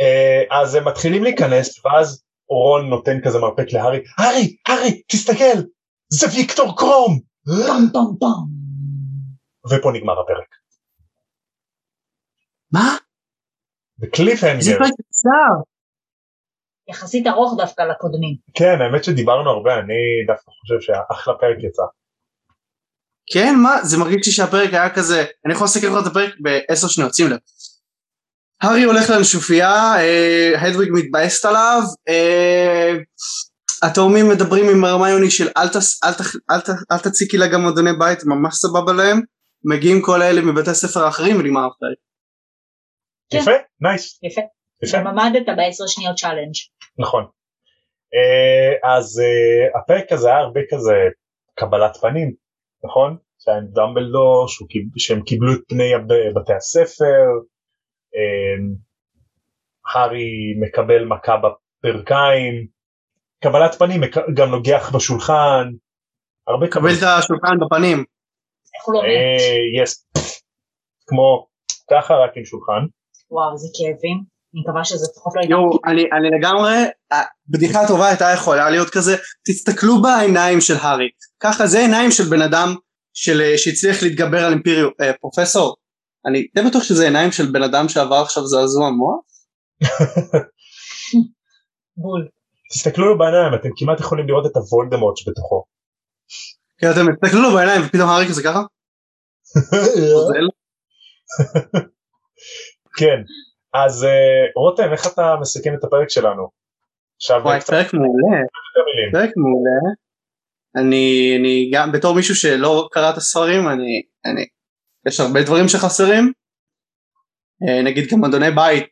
A: אה, אז הם מתחילים להיכנס ואז רון נותן כזה מרפק להארי הארי הארי תסתכל זה ויקטור קרום
B: פם פם פם.
A: ופה נגמר הפרק
C: מה? זה
A: בקליפהנגר
C: פרק קצר.
B: יחסית ארוך דווקא לקודמים.
A: כן האמת שדיברנו הרבה אני דווקא חושב שהאחלה פרק יצא
C: כן, מה? זה מרגיש לי שהפרק היה כזה, אני יכול לסקר לך את הפרק בעשר שניות, שים לב. הארי הולך לנשופייה, אה, הדוויג מתבאסת עליו, אה, התאומים מדברים עם הרמיוני של אל, תס, אל, תח, אל, ת, אל תציקי לה גם אדוני בית, ממש סבבה להם, מגיעים כל האלה מבתי הספר האחרים ונגמר הפרק.
B: כן.
A: יפה נייס
B: יפה.
A: יפה
B: גם עמדת בעשר שניות צ'אלנג'.
A: נכון אה, אז אה, הפרק הזה היה הרבה כזה קבלת פנים נכון שהיה עם דמבלדור שהוא קיב- שהם קיבלו את פני הב- בתי הספר אה, הארי מקבל מכה בברכיים קבלת פנים מק- גם נוגח בשולחן הרבה
C: קבל את השולחן בפנים.
B: איך הוא לא מת?
A: אה, יס כמו ככה רק עם שולחן
B: וואו, זה כאבים. אני מקווה שזה לפחות לא ייגע.
C: יואו, אני, אני לגמרי, הבדיחה הטובה הייתה יכולה להיות כזה, תסתכלו בעיניים של הארי. ככה זה עיניים של בן אדם של, אה, שהצליח להתגבר על אימפיריו, אה, פרופסור, אני די בטוח שזה עיניים של בן אדם שעבר עכשיו זעזוע מוח?
B: בול.
A: תסתכלו לו בעיניים אתם כמעט יכולים לראות את הוולדמורט שבתוכו.
C: כי כן, אתם תסתכלו לו בעיניים ופתאום הארי כזה ככה? פוזל.
A: כן, אז אה, רותם, איך אתה מסכם את הפרק שלנו? עכשיו
C: וואי, כן.
A: קצת
C: פרק מעולה,
A: יותר מילים.
C: פרק מעולה. אני, אני גם, בתור מישהו שלא קרא את הספרים, אני, אני, יש הרבה דברים שחסרים. אה, נגיד גם אדוני בית,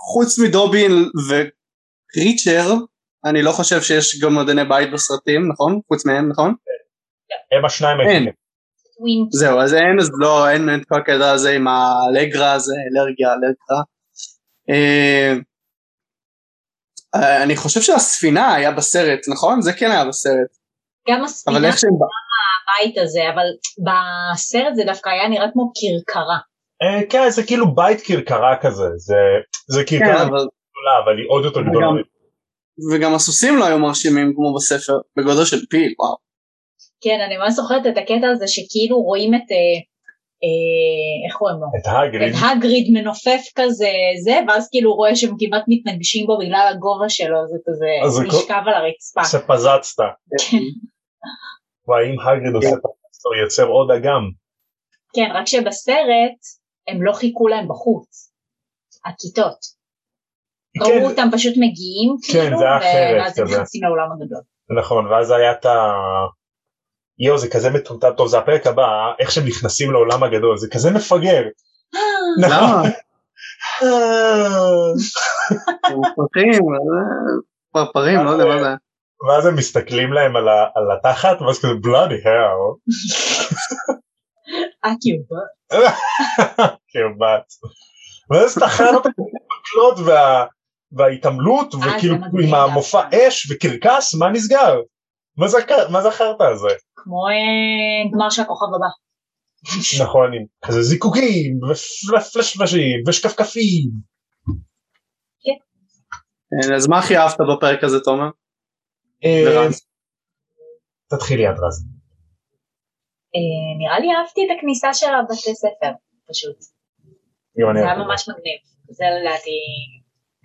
C: חוץ מדובין וריצ'ר, אני לא חושב שיש גם אדוני בית בסרטים, נכון? חוץ מהם, נכון?
A: הם השניים
C: אין.
A: היחידים.
B: טווין.
C: זהו, אז אין, אז לא, אין את כל הקטע הזה עם האלגרה הזה, אלרגיה, אלגרה. אה, אה, אני חושב שהספינה היה בסרט, נכון? זה כן היה בסרט.
B: גם הספינה
C: אבל איך שהם
B: בבית הזה, אבל בסרט זה דווקא היה נראה כמו כרכרה.
A: אה, כן, זה כאילו בית כרכרה כזה, זה, זה כרכרה
C: כן,
A: גדולה,
C: אבל...
A: אבל היא עוד יותר
C: וגם-
A: גדולה.
C: וגם הסוסים לא היו מרשימים כמו בספר, בגודל של פיל, וואו.
B: כן, אני ממש זוכרת את הקטע הזה שכאילו רואים את, אה, אה, איך קוראים לו?
A: את הגריד,
B: את
C: כן.
B: הגריד מנופף כזה, זה, ואז כאילו רואה שהם כמעט מתנגשים בו בגלל הגובה שלו, זה כזה
A: אז זה
B: נשכב על הרצפה.
A: שפזצת. והאם הגריד עושה
C: כן.
A: פזצת הוא יוצר עוד אגם.
B: כן, רק שבסרט הם לא חיכו להם בחוץ, הכיתות. ראו
A: כן,
B: אותם פשוט מגיעים,
A: כן,
B: כאילו,
A: זה היה אחרת
B: ואז הם
A: כזה.
B: נכנסים לאולם הגדול.
A: נכון, ואז היה את ה... יואו, זה כזה מטומטם, טוב, זה הפרק הבא, איך שהם נכנסים לעולם הגדול, זה כזה מפגר.
C: למה?
A: נכון.
C: פרפרים, אה, פרפרים, לא יודע מה זה.
A: ואז הם מסתכלים להם על, ה, על התחת, ואז כזה בלאדי האו,
B: את יובה.
A: כאילו בת. ואז תחנות
C: אה,
A: המקלות וה, וההתעמלות,
B: אה, זה
A: וכאילו
B: מגניב
A: עם המופע
B: דווקא.
A: אש וקרקס, מה נסגר? מה זה הק- מה זה החרטא הזה?
B: כמו אה, גמר של הכוכב הבא.
A: נכון, עם כזה זיקוקים, ופלשפלשים, ושקפקפים.
C: אה, אז מה הכי אהבת בפרק הזה, תומר?
A: אה,
C: ורז?
A: תתחילי את רז.
B: אה, נראה לי אהבתי את הכניסה של הבתי ספר, פשוט.
A: גם אני
B: זה היה
A: אוהב את
B: ממש מגניב. זה לדעתי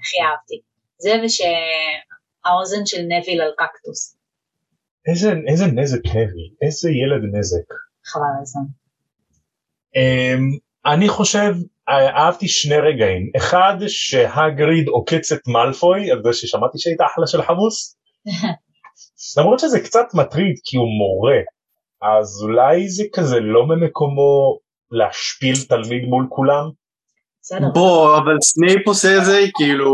B: הכי אהבתי. זה ושהאוזן של נביל על קקטוס.
A: איזה, איזה נזק heavy, איזה ילד נזק.
B: חבל על הזמן.
A: אמ, אני חושב, אה, אהבתי שני רגעים. אחד, שהגריד עוקץ את מאלפוי, על זה ששמעתי שהיית אחלה של חמוס. למרות שזה קצת מטריד, כי הוא מורה. אז אולי זה כזה לא ממקומו להשפיל תלמיד מול כולם?
B: בסדר.
C: בוא, אבל סנייפ עושה את זה כאילו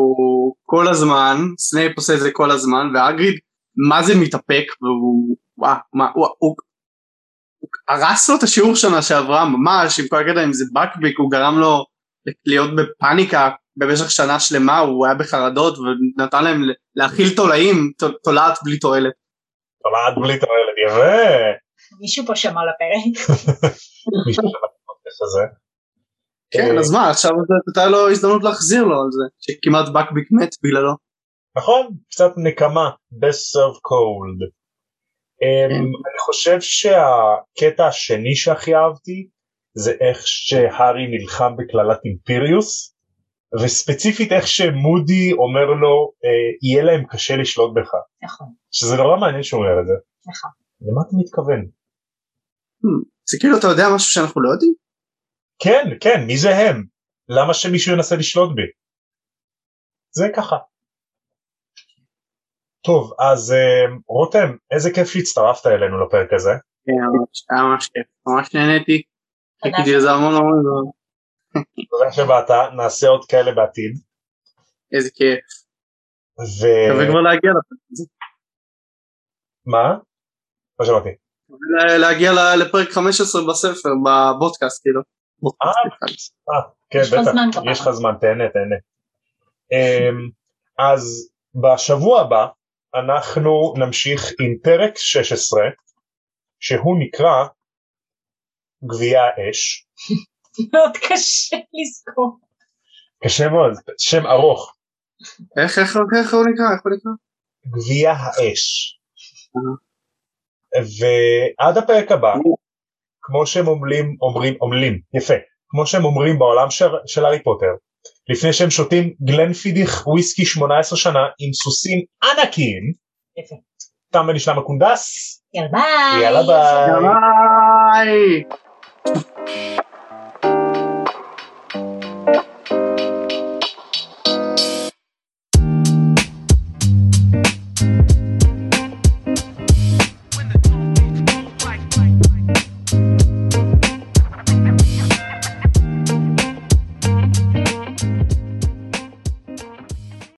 C: כל הזמן, סנייפ עושה את זה כל הזמן, והגריד, מה זה מתאפק, והוא, וואה, מה, הוא, הוא, הוא הרס לו את השיעור שנה שעברה ממש, עם כל הקטע עם זה בקביק, הוא גרם לו להיות בפאניקה במשך שנה שלמה, הוא היה בחרדות ונתן להם להאכיל תולעים, תול- תולעת בלי תועלת.
A: תולעת בלי תועלת, יפה!
B: מישהו פה שמע לפרק.
A: מישהו שמע את הפודקאסט הזה.
C: כן,
A: אה,
C: אז מה, עכשיו הייתה לו הזדמנות להחזיר לו על זה, שכמעט בקביק מת בגללו.
A: נכון, קצת נקמה, best serve cold. Um,
C: כן.
A: אני חושב שהקטע השני שהכי אהבתי זה איך שהארי נלחם בקללת אימפיריוס, וספציפית איך שמודי אומר לו אה, יהיה להם קשה לשלוט בך,
B: נכון.
A: שזה נורא מעניין שהוא אומר את זה.
B: נכון.
A: למה אתה מתכוון?
C: זה כאילו, אתה יודע משהו שאנחנו לא יודעים?
A: כן, כן, מי זה הם? למה שמישהו ינסה לשלוט בי? זה ככה. טוב, אז אה, רותם, איזה כיף שהצטרפת אלינו לפרק הזה.
C: כן, ממש, היה ממש כיף, ממש נהניתי.
B: תודה.
C: חיכיתי לזה המון המון זמן.
A: תודה שבאת, נעשה עוד כאלה בעתיד.
C: איזה כיף.
A: ו...
C: מקווה כבר להגיע לפרק הזה.
A: מה? לא שמעתי.
C: מקווה להגיע ל- לפרק 15 בספר, בבודקאסט, כאילו. בודקאסט, סליחה.
A: כן,
B: יש לך
A: בטח,
B: זמן כבר.
A: יש לך זמן, תהנה, תהנה. אמ, אז בשבוע הבא אנחנו נמשיך עם פרק 16, שהוא נקרא גביע האש.
B: מאוד קשה לזכור.
A: קשה מאוד, שם ארוך,
C: איך, איך, איך הוא נקרא? איך הוא נקרא?
A: גביע האש. ועד הפרק הבא,
B: אוקיי.
A: כמו שהם עמלים, אומרים, עמלים, יפה, כמו שהם אומרים בעולם של, של הארי פוטר, לפני שהם שותים גלנפידיך וויסקי 18 שנה עם סוסים ענקיים,
B: יפה.
A: תם ונשלם הקונדס,
B: אה, יאללה ביי.
A: אה. יאללה ביי.
C: ביי!